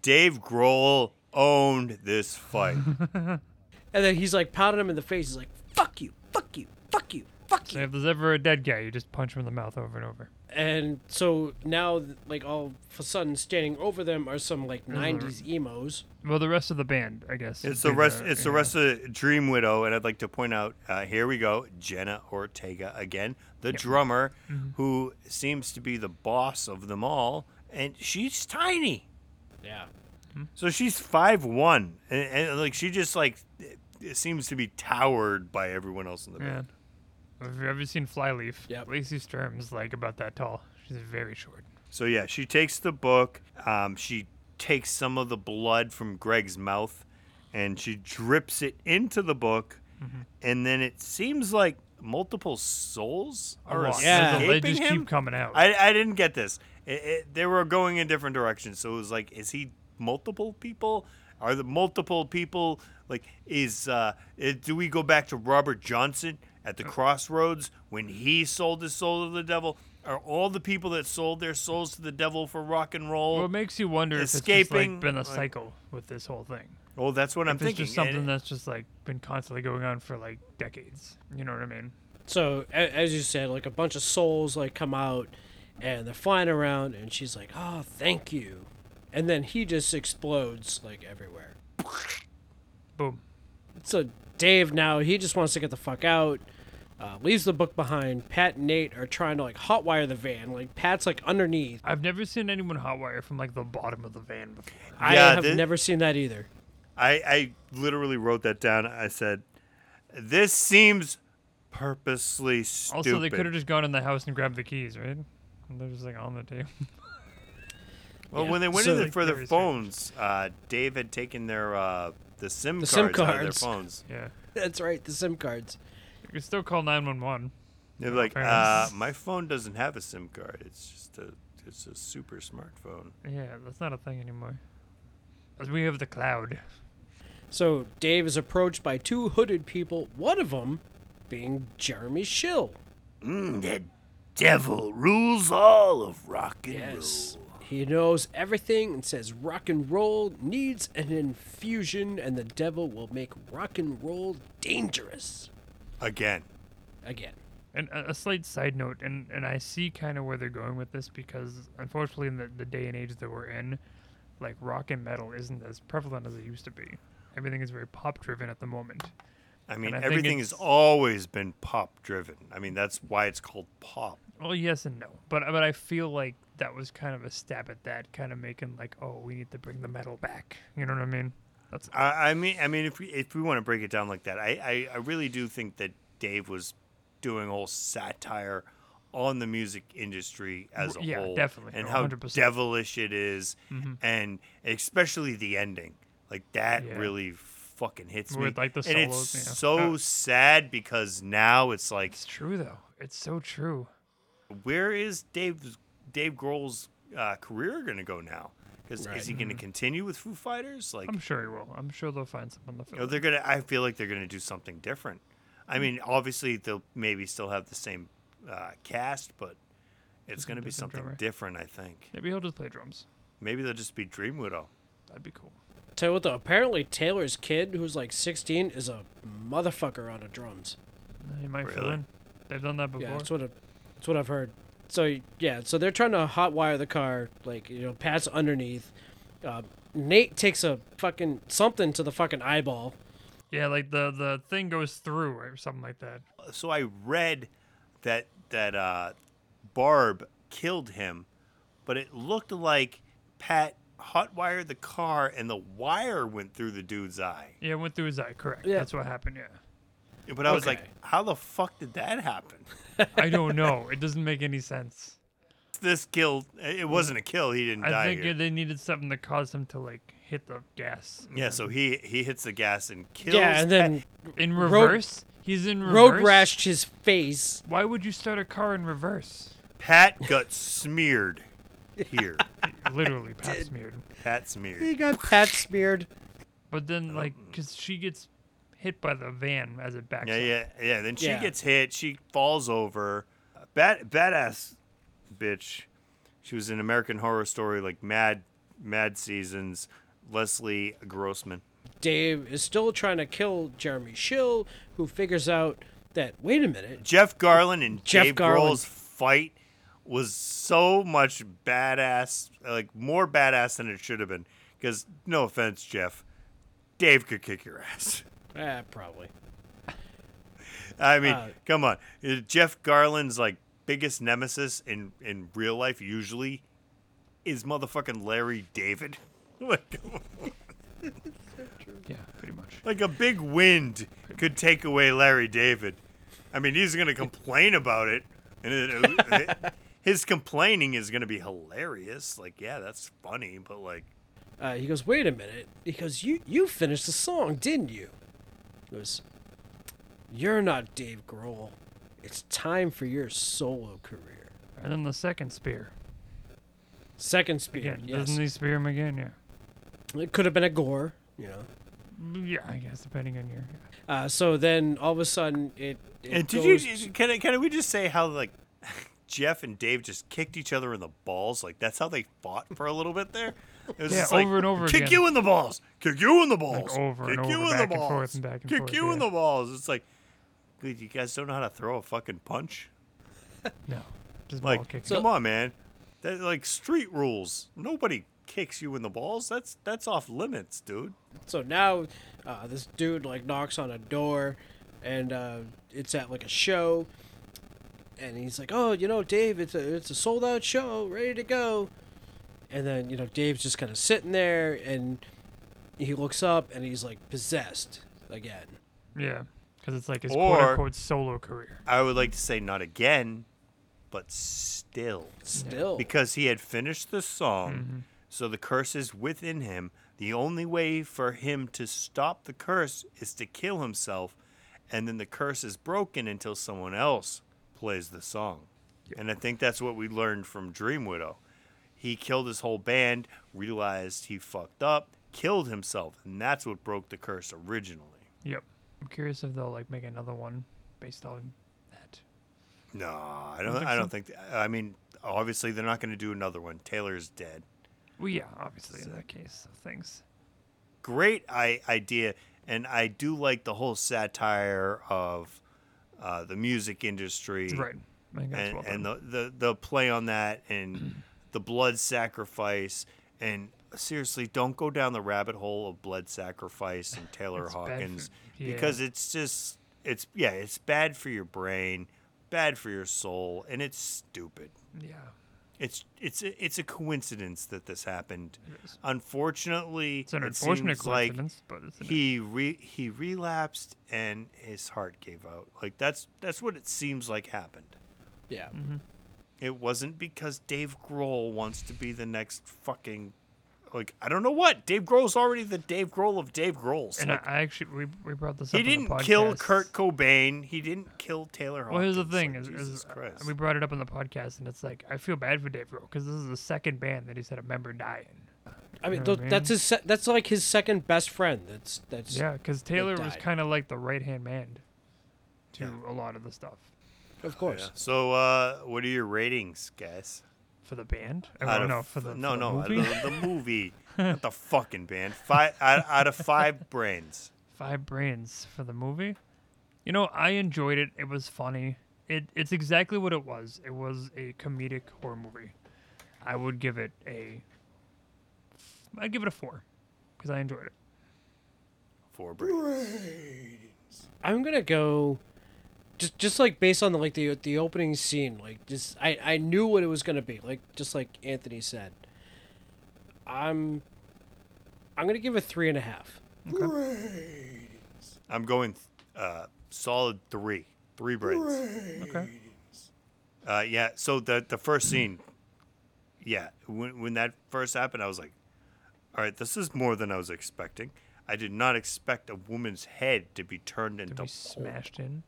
Speaker 5: Dave Grohl owned this fight.
Speaker 6: And then he's like pounding him in the face. He's like, "Fuck you, fuck you, fuck you, fuck
Speaker 7: so
Speaker 6: you."
Speaker 7: Uh, if there's ever a dead guy, you just punch him in the mouth over and over.
Speaker 6: And so now, like all of a sudden, standing over them are some like '90s emos.
Speaker 7: Well, the rest of the band, I guess.
Speaker 5: It's
Speaker 7: would
Speaker 5: the
Speaker 7: be
Speaker 5: rest. It's the
Speaker 7: yeah.
Speaker 5: rest of Dream Widow, and I'd like to point out. Uh, here we go, Jenna Ortega again, the drummer,
Speaker 7: Mm-hmm.
Speaker 5: who seems to be the boss of them all, and she's tiny.
Speaker 6: Yeah.
Speaker 5: So she's five one, and, and like she just like it, it seems to be towered by everyone else in the
Speaker 7: Yeah.
Speaker 5: band.
Speaker 7: Have you ever seen Flyleaf?
Speaker 6: Yep.
Speaker 7: Lacey Sturm's like about that tall. She's very short.
Speaker 5: So yeah, she takes the book. Um, she takes some of the blood from Greg's mouth, and she drips it into the book,
Speaker 7: Mm-hmm.
Speaker 5: and then it seems like multiple souls are
Speaker 7: lot.
Speaker 5: escaping
Speaker 6: Yeah.
Speaker 7: They just
Speaker 5: him.
Speaker 7: keep coming out.
Speaker 5: I, I didn't get this. It, it, they were going in different directions, so it was like, is he multiple people? Are the multiple people like is uh, it, do we go back to Robert Johnson at the crossroads when he sold his soul to the devil? Are all the people that sold their souls to the devil for rock and roll?
Speaker 7: Well, it makes you wonder if it's just,
Speaker 5: escaping,
Speaker 7: like been a
Speaker 5: like-
Speaker 7: cycle with this whole thing.
Speaker 5: oh, that's what I'm
Speaker 7: If it's
Speaker 5: thinking.
Speaker 7: just something
Speaker 5: And-
Speaker 7: that's just like been constantly going on for like decades. You know what I mean?
Speaker 6: So a- as you said, like a bunch of souls like come out, and they're flying around, and she's like, "Oh, thank you," and then he just explodes like everywhere.
Speaker 7: Boom.
Speaker 6: So Dave now he just wants to get the fuck out. Uh, leaves the book behind. Pat and Nate are trying to like hotwire the van. Like Pat's like underneath.
Speaker 7: I've never seen anyone hotwire from like the bottom of the van before.
Speaker 6: I
Speaker 5: Yeah,
Speaker 6: have
Speaker 5: thi-
Speaker 6: never seen that either.
Speaker 5: I, I literally wrote that down. I said, this seems purposely stupid.
Speaker 7: Also, they could have just gone in the house and grabbed the keys, right? And they're just like on the table.
Speaker 5: Well, when they went
Speaker 6: So-
Speaker 5: in for their
Speaker 7: Very strange.
Speaker 5: phones, uh, Dave had taken their uh, the SIM
Speaker 6: The
Speaker 5: cards
Speaker 6: SIM
Speaker 5: out of their
Speaker 6: cards.
Speaker 5: phones.
Speaker 7: yeah.
Speaker 6: That's right, the SIM cards.
Speaker 7: You could still call 911.
Speaker 5: They're like,
Speaker 7: fair
Speaker 5: uh,
Speaker 7: enough.
Speaker 5: "My phone doesn't have a SIM card. It's just a it's a super smartphone."
Speaker 7: Yeah, that's not a thing anymore. 'Cause we have the cloud.
Speaker 6: So Dave is approached by two hooded people, one of them being Jeremy Schill.
Speaker 5: Mm, the devil rules all of rock and
Speaker 6: Yes. He knows everything and says rock and roll needs an infusion and the devil will make rock and roll dangerous.
Speaker 5: Again,
Speaker 6: Again.
Speaker 7: And a, a slight side note, and, and I see kind of where they're going with this because unfortunately, in the, the day and age that we're in, like rock and metal isn't as prevalent as it used to be. Everything is very pop driven at the moment.
Speaker 5: I mean,
Speaker 7: I think
Speaker 5: everything has
Speaker 7: it's-
Speaker 5: always been pop driven. I mean, that's why it's called pop.
Speaker 7: Well, yes and no, but but I feel like that was kind of a stab at that, kind of making like, oh, we need to bring the metal back. You know what I mean? That's
Speaker 5: I, I mean, I mean, if we if we want to break it down like that, I, I I really do think that Dave was doing a whole satire on the music industry as a
Speaker 7: Yeah,
Speaker 5: whole,
Speaker 7: definitely.
Speaker 5: and
Speaker 7: No,
Speaker 5: how
Speaker 7: 100%.
Speaker 5: devilish it is,
Speaker 7: Mm-hmm.
Speaker 5: and especially the ending, like that
Speaker 7: Yeah.
Speaker 5: really fucking hits
Speaker 7: With,
Speaker 5: me.
Speaker 7: like, the
Speaker 5: and it's
Speaker 7: solos, yeah.
Speaker 5: so
Speaker 7: Uh,
Speaker 5: sad because now it's like,
Speaker 7: it's true though. It's so true.
Speaker 5: where is Dave's Dave Grohl's uh, career gonna go now? Because
Speaker 6: Right.
Speaker 5: is he gonna continue with Foo Fighters? Like,
Speaker 7: Mm-hmm. I'm sure he will. I'm sure they'll find someone to fill.
Speaker 5: you know,
Speaker 7: in.
Speaker 5: they're gonna. I feel like they're gonna do something different. I mean, obviously they'll maybe still have the same uh, cast, but it's gonna be
Speaker 7: different
Speaker 5: something
Speaker 7: drummer.
Speaker 5: different. I think
Speaker 7: Maybe he'll just play drums.
Speaker 5: maybe they'll just be Dream Widow.
Speaker 7: That'd be cool.
Speaker 6: Tell you what though, apparently Taylor's kid, who's like 16, is a motherfucker on the drums.
Speaker 7: He might fill
Speaker 5: Really?
Speaker 7: in. They've done that before.
Speaker 6: Yeah, that's what, I, that's what I've heard. So yeah, so they're trying to hotwire the car, like you know, pass underneath. Uh, Nate takes a fucking something to the fucking eyeball.
Speaker 7: Yeah, like the the thing goes through or something like that.
Speaker 5: So I read that that uh, Barb killed him, but it looked like Pat hotwired the car and the wire went through the dude's eye.
Speaker 7: Yeah, it went through his eye. Correct.
Speaker 6: Yeah.
Speaker 7: That's what happened. Yeah.
Speaker 5: But I was like,
Speaker 6: Okay.
Speaker 5: how the fuck did that happen?
Speaker 7: I don't know. It doesn't make any sense.
Speaker 5: This kill, it wasn't a kill. He didn't die.
Speaker 7: I think
Speaker 5: here.
Speaker 7: they needed something to cause him to like hit the gas.
Speaker 5: Yeah, so he he hits the gas and kills.
Speaker 6: yeah, and then
Speaker 7: In reverse. He's in reverse.
Speaker 6: road rashed his face.
Speaker 7: Why would you start a car in reverse?
Speaker 5: Pat, Pat got smeared here.
Speaker 7: Literally, Pat smeared.
Speaker 5: Pat
Speaker 6: He
Speaker 5: smeared.
Speaker 6: got pat smeared.
Speaker 7: But then, like, because she gets hit by the van as it backs
Speaker 5: Yeah,
Speaker 7: up.
Speaker 5: yeah, yeah. Then she
Speaker 6: Yeah.
Speaker 5: gets hit. She falls over. Bad badass bitch. She was in American Horror Story, like Mad Mad Seasons. Leslie Grossman.
Speaker 6: Dave is still trying to kill Jeremy Schill, who figures out that wait a minute,
Speaker 5: Jeff Garland and
Speaker 6: Jeff
Speaker 5: Dave
Speaker 6: Garland.
Speaker 5: Grohl's fight was so much badass, like more badass than it should have been. Because no offense, Jeff, Dave could kick your ass.
Speaker 6: ah, probably.
Speaker 5: I mean,
Speaker 6: Uh,
Speaker 5: come on. Uh, Jeff Garland's like biggest nemesis in in real life usually is motherfucking Larry David. like,
Speaker 7: Yeah, pretty much.
Speaker 5: like a big wind could take away Larry David. I mean, he's gonna complain about it, and it, it- his complaining is gonna be hilarious. Like, yeah, that's funny, but like,
Speaker 6: Uh, he goes, wait a minute. He goes, you you finished the song, didn't you? He goes, you're not Dave Grohl. It's time for your solo career.
Speaker 7: And then the second spear.
Speaker 6: Second spear.
Speaker 7: Again,
Speaker 6: Yes.
Speaker 7: doesn't he spear him again? Yeah.
Speaker 6: It could have been a gore, you know.
Speaker 7: Yeah, I guess depending on your.
Speaker 6: Uh, so then all of a sudden it. it
Speaker 5: and did
Speaker 6: goes-
Speaker 5: you? Can I- can we just say how like Jeff and Dave just kicked each other in the balls? Like that's how they fought for a little bit there. It was
Speaker 7: Yeah,
Speaker 5: just like,
Speaker 7: over and over
Speaker 5: Kick
Speaker 7: again."
Speaker 5: you in the balls. Kick you in the balls.
Speaker 7: over
Speaker 5: kick
Speaker 7: and
Speaker 5: you
Speaker 7: over,
Speaker 5: in
Speaker 7: back
Speaker 5: the
Speaker 7: and
Speaker 5: balls.
Speaker 7: forth and back and
Speaker 5: kick
Speaker 7: forth,
Speaker 5: you in
Speaker 7: yeah.
Speaker 5: the balls. It's like, dude, you guys don't know how to throw a fucking punch.
Speaker 7: No. Just ball
Speaker 5: Like,
Speaker 7: kicking.
Speaker 5: come on, man. That, like street rules. Nobody kicks you in the balls. That's that's off limits, dude.
Speaker 6: So now uh, this dude like knocks on a door and uh, it's at like a show and he's like, "Oh, you know, Dave, it's a it's a sold out show, ready to go." And then, you know, Dave's just kind of sitting there and he looks up and he's like possessed again.
Speaker 7: Yeah, because it's like his
Speaker 5: Or-
Speaker 7: quote unquote solo career.
Speaker 5: I would like to say not again, but still.
Speaker 6: Still.
Speaker 5: because he had finished the song, so the curse is within him. The only way for him to stop the curse is to kill himself, and then the curse is broken until someone else plays the song. And I think that's what we learned from Dream Widow. He killed his whole band, realized he fucked up, killed himself, and that's what broke the curse originally.
Speaker 7: Yep. I'm curious if they'll like make another one based on that.
Speaker 5: No, I don't. I don't think. I mean, obviously they're not going to do another one. Taylor's dead.
Speaker 7: Well, yeah, obviously in that case of things.
Speaker 5: great I- idea, and I do like the whole satire of uh, the music industry,
Speaker 7: Right. I think that's
Speaker 5: And,
Speaker 7: well
Speaker 5: and
Speaker 7: done.
Speaker 5: the, the the play on that, and the blood sacrifice, and seriously, don't go down the rabbit hole of blood sacrifice and Taylor
Speaker 7: It's bad for-
Speaker 5: Hawkins
Speaker 7: yeah.
Speaker 5: because it's just it's yeah, it's bad for your brain, bad for your soul, and it's stupid.
Speaker 7: Yeah.
Speaker 5: It's it's a, it's a coincidence that this happened. Unfortunately,
Speaker 7: It's an
Speaker 5: it
Speaker 7: unfortunate
Speaker 5: seems like
Speaker 7: coincidence, but it's an-
Speaker 5: he re- he relapsed and his heart gave out. Like that's that's what it seems like happened.
Speaker 6: Yeah.
Speaker 7: Mm-hmm.
Speaker 5: It wasn't because Dave Grohl wants to be the next fucking like I don't know what. Dave Grohl's already the Dave Grohl of Dave Grohl's.
Speaker 7: And I,
Speaker 5: Like,
Speaker 7: I actually we, we brought this up.
Speaker 5: he
Speaker 7: on the
Speaker 5: didn't kill
Speaker 7: podcast.
Speaker 5: Kurt Cobain. He didn't kill Taylor Hawkins.
Speaker 7: Well, here's the thing:
Speaker 5: Like,
Speaker 7: is,
Speaker 5: Jesus
Speaker 7: is, uh,
Speaker 5: Christ.
Speaker 7: we brought it up on the podcast, and it's like I feel bad for Dave Grohl because this is the second band that he's had a member die in.
Speaker 6: I mean,
Speaker 7: know
Speaker 6: th-
Speaker 7: what I
Speaker 6: that's his. Se- that's like his second best friend. That's that's.
Speaker 7: Yeah, because Taylor was
Speaker 6: died.
Speaker 7: kind of like the right hand man to a lot of the stuff
Speaker 6: Of course.
Speaker 5: so uh what are your ratings, guys?
Speaker 7: for the band. I
Speaker 5: Out
Speaker 7: don't
Speaker 5: of-
Speaker 7: know for the
Speaker 5: no
Speaker 7: for the
Speaker 5: no out
Speaker 7: movie?
Speaker 5: of the movie, not the fucking band. Five out, out of five brains.
Speaker 7: five brains for the movie. You know, I enjoyed it. It was funny. It it's exactly what it was. It was a comedic horror movie. I would give it a. I'd give it a four, because I enjoyed it.
Speaker 5: Four brains.
Speaker 6: I'm gonna go. Just, just like based on the like the the opening scene, like just I I knew what it was gonna be, like just like Anthony said. I'm, I'm gonna give it three and a half.
Speaker 5: I'm going uh solid three. Three brains.
Speaker 7: Okay.
Speaker 5: Uh, yeah. So the the first scene, yeah, when when that first happened, I was like, all right, this is more than I was expecting. I did not expect a woman's head to be turned into
Speaker 7: to be
Speaker 5: pulp.
Speaker 7: smashed in.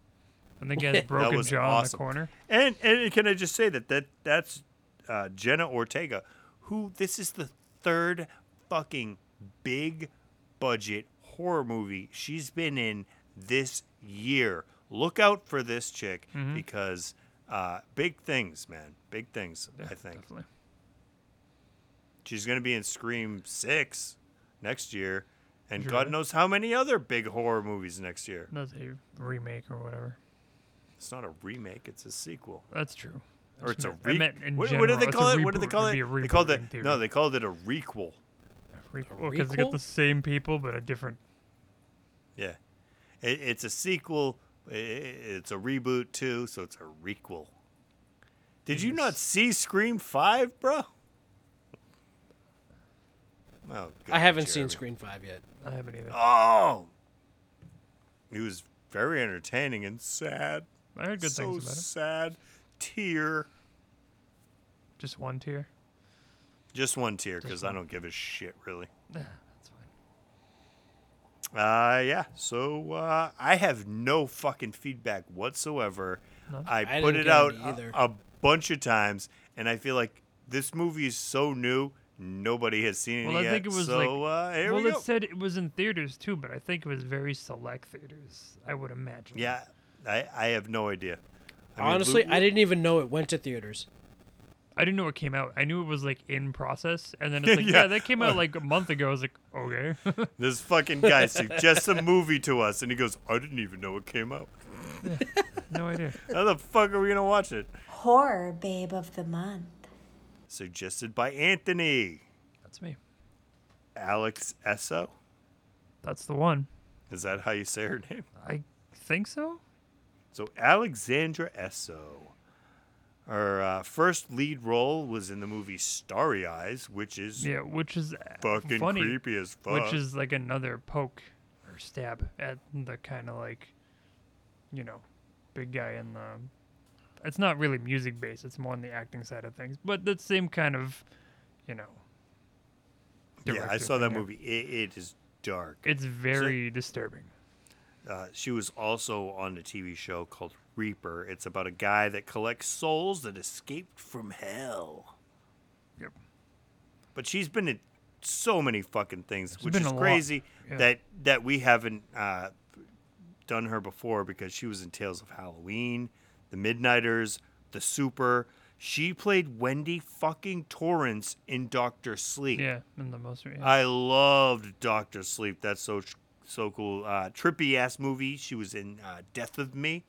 Speaker 7: And the guy's broken
Speaker 5: was
Speaker 7: jaw
Speaker 5: awesome.
Speaker 7: in the corner.
Speaker 5: And and can I just say that that that's uh, Jenna Ortega, who this is the third fucking big budget horror movie she's been in this year. Look out for this chick
Speaker 7: Mm-hmm.
Speaker 5: because uh, big things, man, big things. I think
Speaker 7: Definitely.
Speaker 5: she's gonna be in Scream Six next year, and
Speaker 7: Sure.
Speaker 5: God knows how many other big horror movies next year.
Speaker 7: That's a remake or whatever.
Speaker 5: It's not a remake; it's a sequel.
Speaker 7: That's true.
Speaker 5: or it's a
Speaker 7: I
Speaker 5: re-
Speaker 7: meant in
Speaker 5: what, what do
Speaker 7: general,
Speaker 5: they
Speaker 7: it's a
Speaker 5: call it? What do they
Speaker 7: reboot.
Speaker 5: call
Speaker 7: It'd
Speaker 5: it?
Speaker 7: be a
Speaker 5: They called
Speaker 7: reboot in
Speaker 5: it
Speaker 7: theory.
Speaker 5: no, they called it a requel.
Speaker 7: Because
Speaker 6: requel?
Speaker 7: they got the same people but a different.
Speaker 5: Yeah, it, it's a sequel. i- i it's a reboot too, so it's a requel. Did you not see Scream Five, bro? Oh,
Speaker 6: I haven't seen
Speaker 5: Jeremy.
Speaker 6: Screen Five yet.
Speaker 7: I haven't either.
Speaker 5: Oh, he was very entertaining and sad.
Speaker 7: I heard good
Speaker 5: so
Speaker 7: things about it.
Speaker 5: sad. Tear.
Speaker 7: Just one tier.
Speaker 5: Just one tear, because I don't give a shit really.
Speaker 7: That's fine.
Speaker 5: Uh, yeah. So uh, I have no fucking feedback whatsoever. I,
Speaker 6: I
Speaker 5: put
Speaker 6: didn't
Speaker 5: it
Speaker 6: get
Speaker 5: out
Speaker 6: any either.
Speaker 5: a, a bunch of times, and I feel like this movie is so new, nobody has seen it
Speaker 7: Well, I
Speaker 5: yet.
Speaker 7: think it was
Speaker 5: so
Speaker 7: like.
Speaker 5: uh, here
Speaker 7: well,
Speaker 5: we
Speaker 7: it
Speaker 5: go.
Speaker 7: said it was in theaters too, but I think it was very select theaters. I would imagine.
Speaker 5: Yeah, I, I have no idea. I mean,
Speaker 6: Honestly,
Speaker 5: Lu-
Speaker 6: I didn't even know it went to theaters.
Speaker 7: I didn't know it came out. I knew it was like in process, and then it's like,
Speaker 5: Yeah.
Speaker 7: yeah, that came out like a month ago. I was like, okay.
Speaker 5: This fucking guy suggests a movie to us, and he goes, "I didn't even know it came out.
Speaker 7: no idea.
Speaker 5: How the fuck are we gonna watch it?"
Speaker 9: Horror Babe of the Month.
Speaker 5: Suggested by Anthony,
Speaker 7: That's me.
Speaker 5: Alex Esso.
Speaker 7: That's the one.
Speaker 5: Is that how you say her name?
Speaker 7: I think so.
Speaker 5: So Alexandra Esso. Her uh, first lead role was in the movie Starry Eyes, which is
Speaker 7: Yeah, which is uh,
Speaker 5: fucking
Speaker 7: funny,
Speaker 5: creepy as fuck.
Speaker 7: which is like another poke or stab at the kind of like, you know, big guy in the. It's not really music based. It's more on the acting side of things, but the same kind of, you know.
Speaker 5: yeah, I
Speaker 7: director
Speaker 5: saw
Speaker 7: thing
Speaker 5: that
Speaker 7: there.
Speaker 5: movie. It, it is dark.
Speaker 7: It's very disturbing.
Speaker 5: Uh, she was also on a TV show called Reaper. It's about a guy that collects souls that escaped from hell.
Speaker 7: Yep.
Speaker 5: But she's been in so many fucking things, which
Speaker 7: been
Speaker 5: is
Speaker 7: a lot,
Speaker 5: crazy
Speaker 7: yeah.
Speaker 5: that that we haven't uh, done her before because she was in Tales of Halloween, The Midnighters, The Super. She played Wendy fucking Torrance in Doctor Sleep.
Speaker 7: Yeah, in the most. Yeah.
Speaker 5: I loved Doctor Sleep. That's so so cool. Uh, trippy ass movie. She was in uh, Death of Me.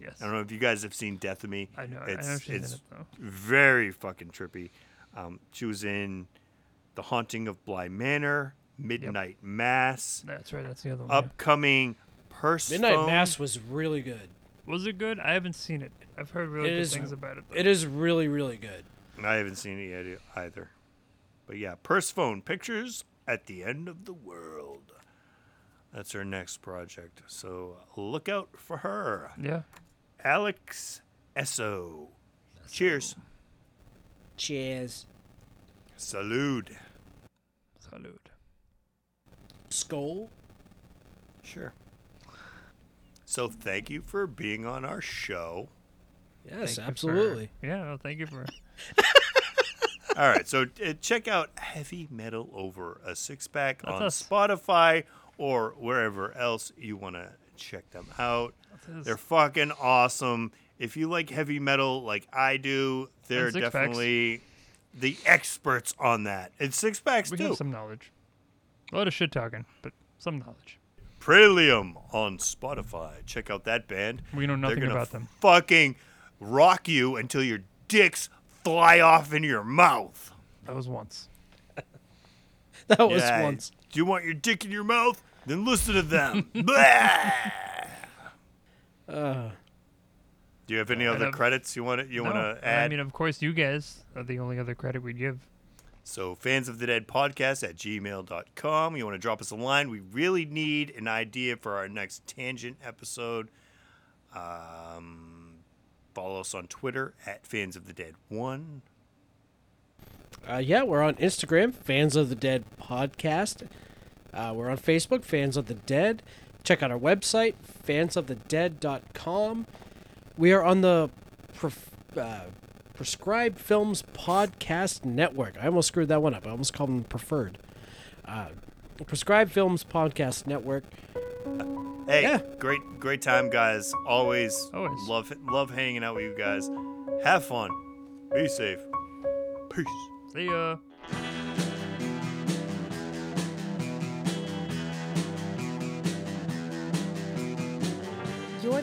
Speaker 7: yes.
Speaker 5: I don't know if you guys have seen Death of Me.
Speaker 7: I know. I- I
Speaker 5: It's
Speaker 7: know she's in
Speaker 5: it's
Speaker 7: it, though.
Speaker 5: very fucking trippy. Um, she was in The Haunting of Bly Manor, Midnight Mass,
Speaker 7: That's right. That's the other one. yeah.
Speaker 5: upcoming Purse
Speaker 6: Midnight
Speaker 5: Phone.
Speaker 6: Mass was really good.
Speaker 7: Was it good? I haven't seen it. I've heard really
Speaker 6: It
Speaker 7: good
Speaker 6: is-
Speaker 7: things about it. Though.
Speaker 6: It is really, really good.
Speaker 5: I haven't seen it yet e- either. But yeah, Purse Phone Pictures at the End of the World. That's her next project. So look out for her.
Speaker 7: Yeah.
Speaker 5: Alex Esso. Cheers.
Speaker 6: Cheers.
Speaker 5: Salud.
Speaker 7: Salud.
Speaker 6: Skull.
Speaker 5: Sure. So thank you for being on our show.
Speaker 6: Yes,
Speaker 7: Thank you for-
Speaker 6: absolutely.
Speaker 7: yeah. No, thank you for.
Speaker 5: All right, so uh, check out Heavy Metal Over a Six Pack on
Speaker 7: us.
Speaker 5: Spotify or wherever else you want to check them out.
Speaker 7: us.
Speaker 5: They're fucking awesome. If you like heavy metal like I do, they're
Speaker 7: And six packs.
Speaker 5: definitely the experts on that. And six packs
Speaker 7: We
Speaker 5: too.
Speaker 7: have some knowledge. A lot of shit talking, but some knowledge.
Speaker 5: Prelium on Spotify. Check out that band.
Speaker 7: We know nothing
Speaker 5: They're gonna
Speaker 7: about them.
Speaker 5: Fucking rock you until your dicks fly off into your mouth.
Speaker 7: That was once.
Speaker 6: That was
Speaker 5: Yeah.
Speaker 6: once.
Speaker 5: Do you want your dick in your mouth? Then listen to them. Blah! Do you have any other
Speaker 7: I've-
Speaker 5: credits you want to you
Speaker 7: No,
Speaker 5: want to
Speaker 7: I
Speaker 5: add?
Speaker 7: mean, of course, you guys are the only other credit we'd give.
Speaker 5: So, fans of the dead podcast at gmail.com. You want to drop us a line? We really need an idea for our next tangent episode. Um, follow us on Twitter at fans of the dead one.
Speaker 6: Uh, yeah, we're on Instagram, Fans of the Dead Podcast. Uh, we're on Facebook, Fans of the Dead. Check out our website, fansofthedead.com. We are on the pref- uh, Prescribed Films Podcast Network. I almost screwed that one up. I almost called them preferred. Uh, Prescribed Films Podcast Network.
Speaker 5: Hey,
Speaker 6: Yeah.
Speaker 5: great great time, guys. Always,
Speaker 7: Always.
Speaker 5: love love hanging out with you guys. Have fun. Be safe. Peace.
Speaker 7: See ya.
Speaker 10: You're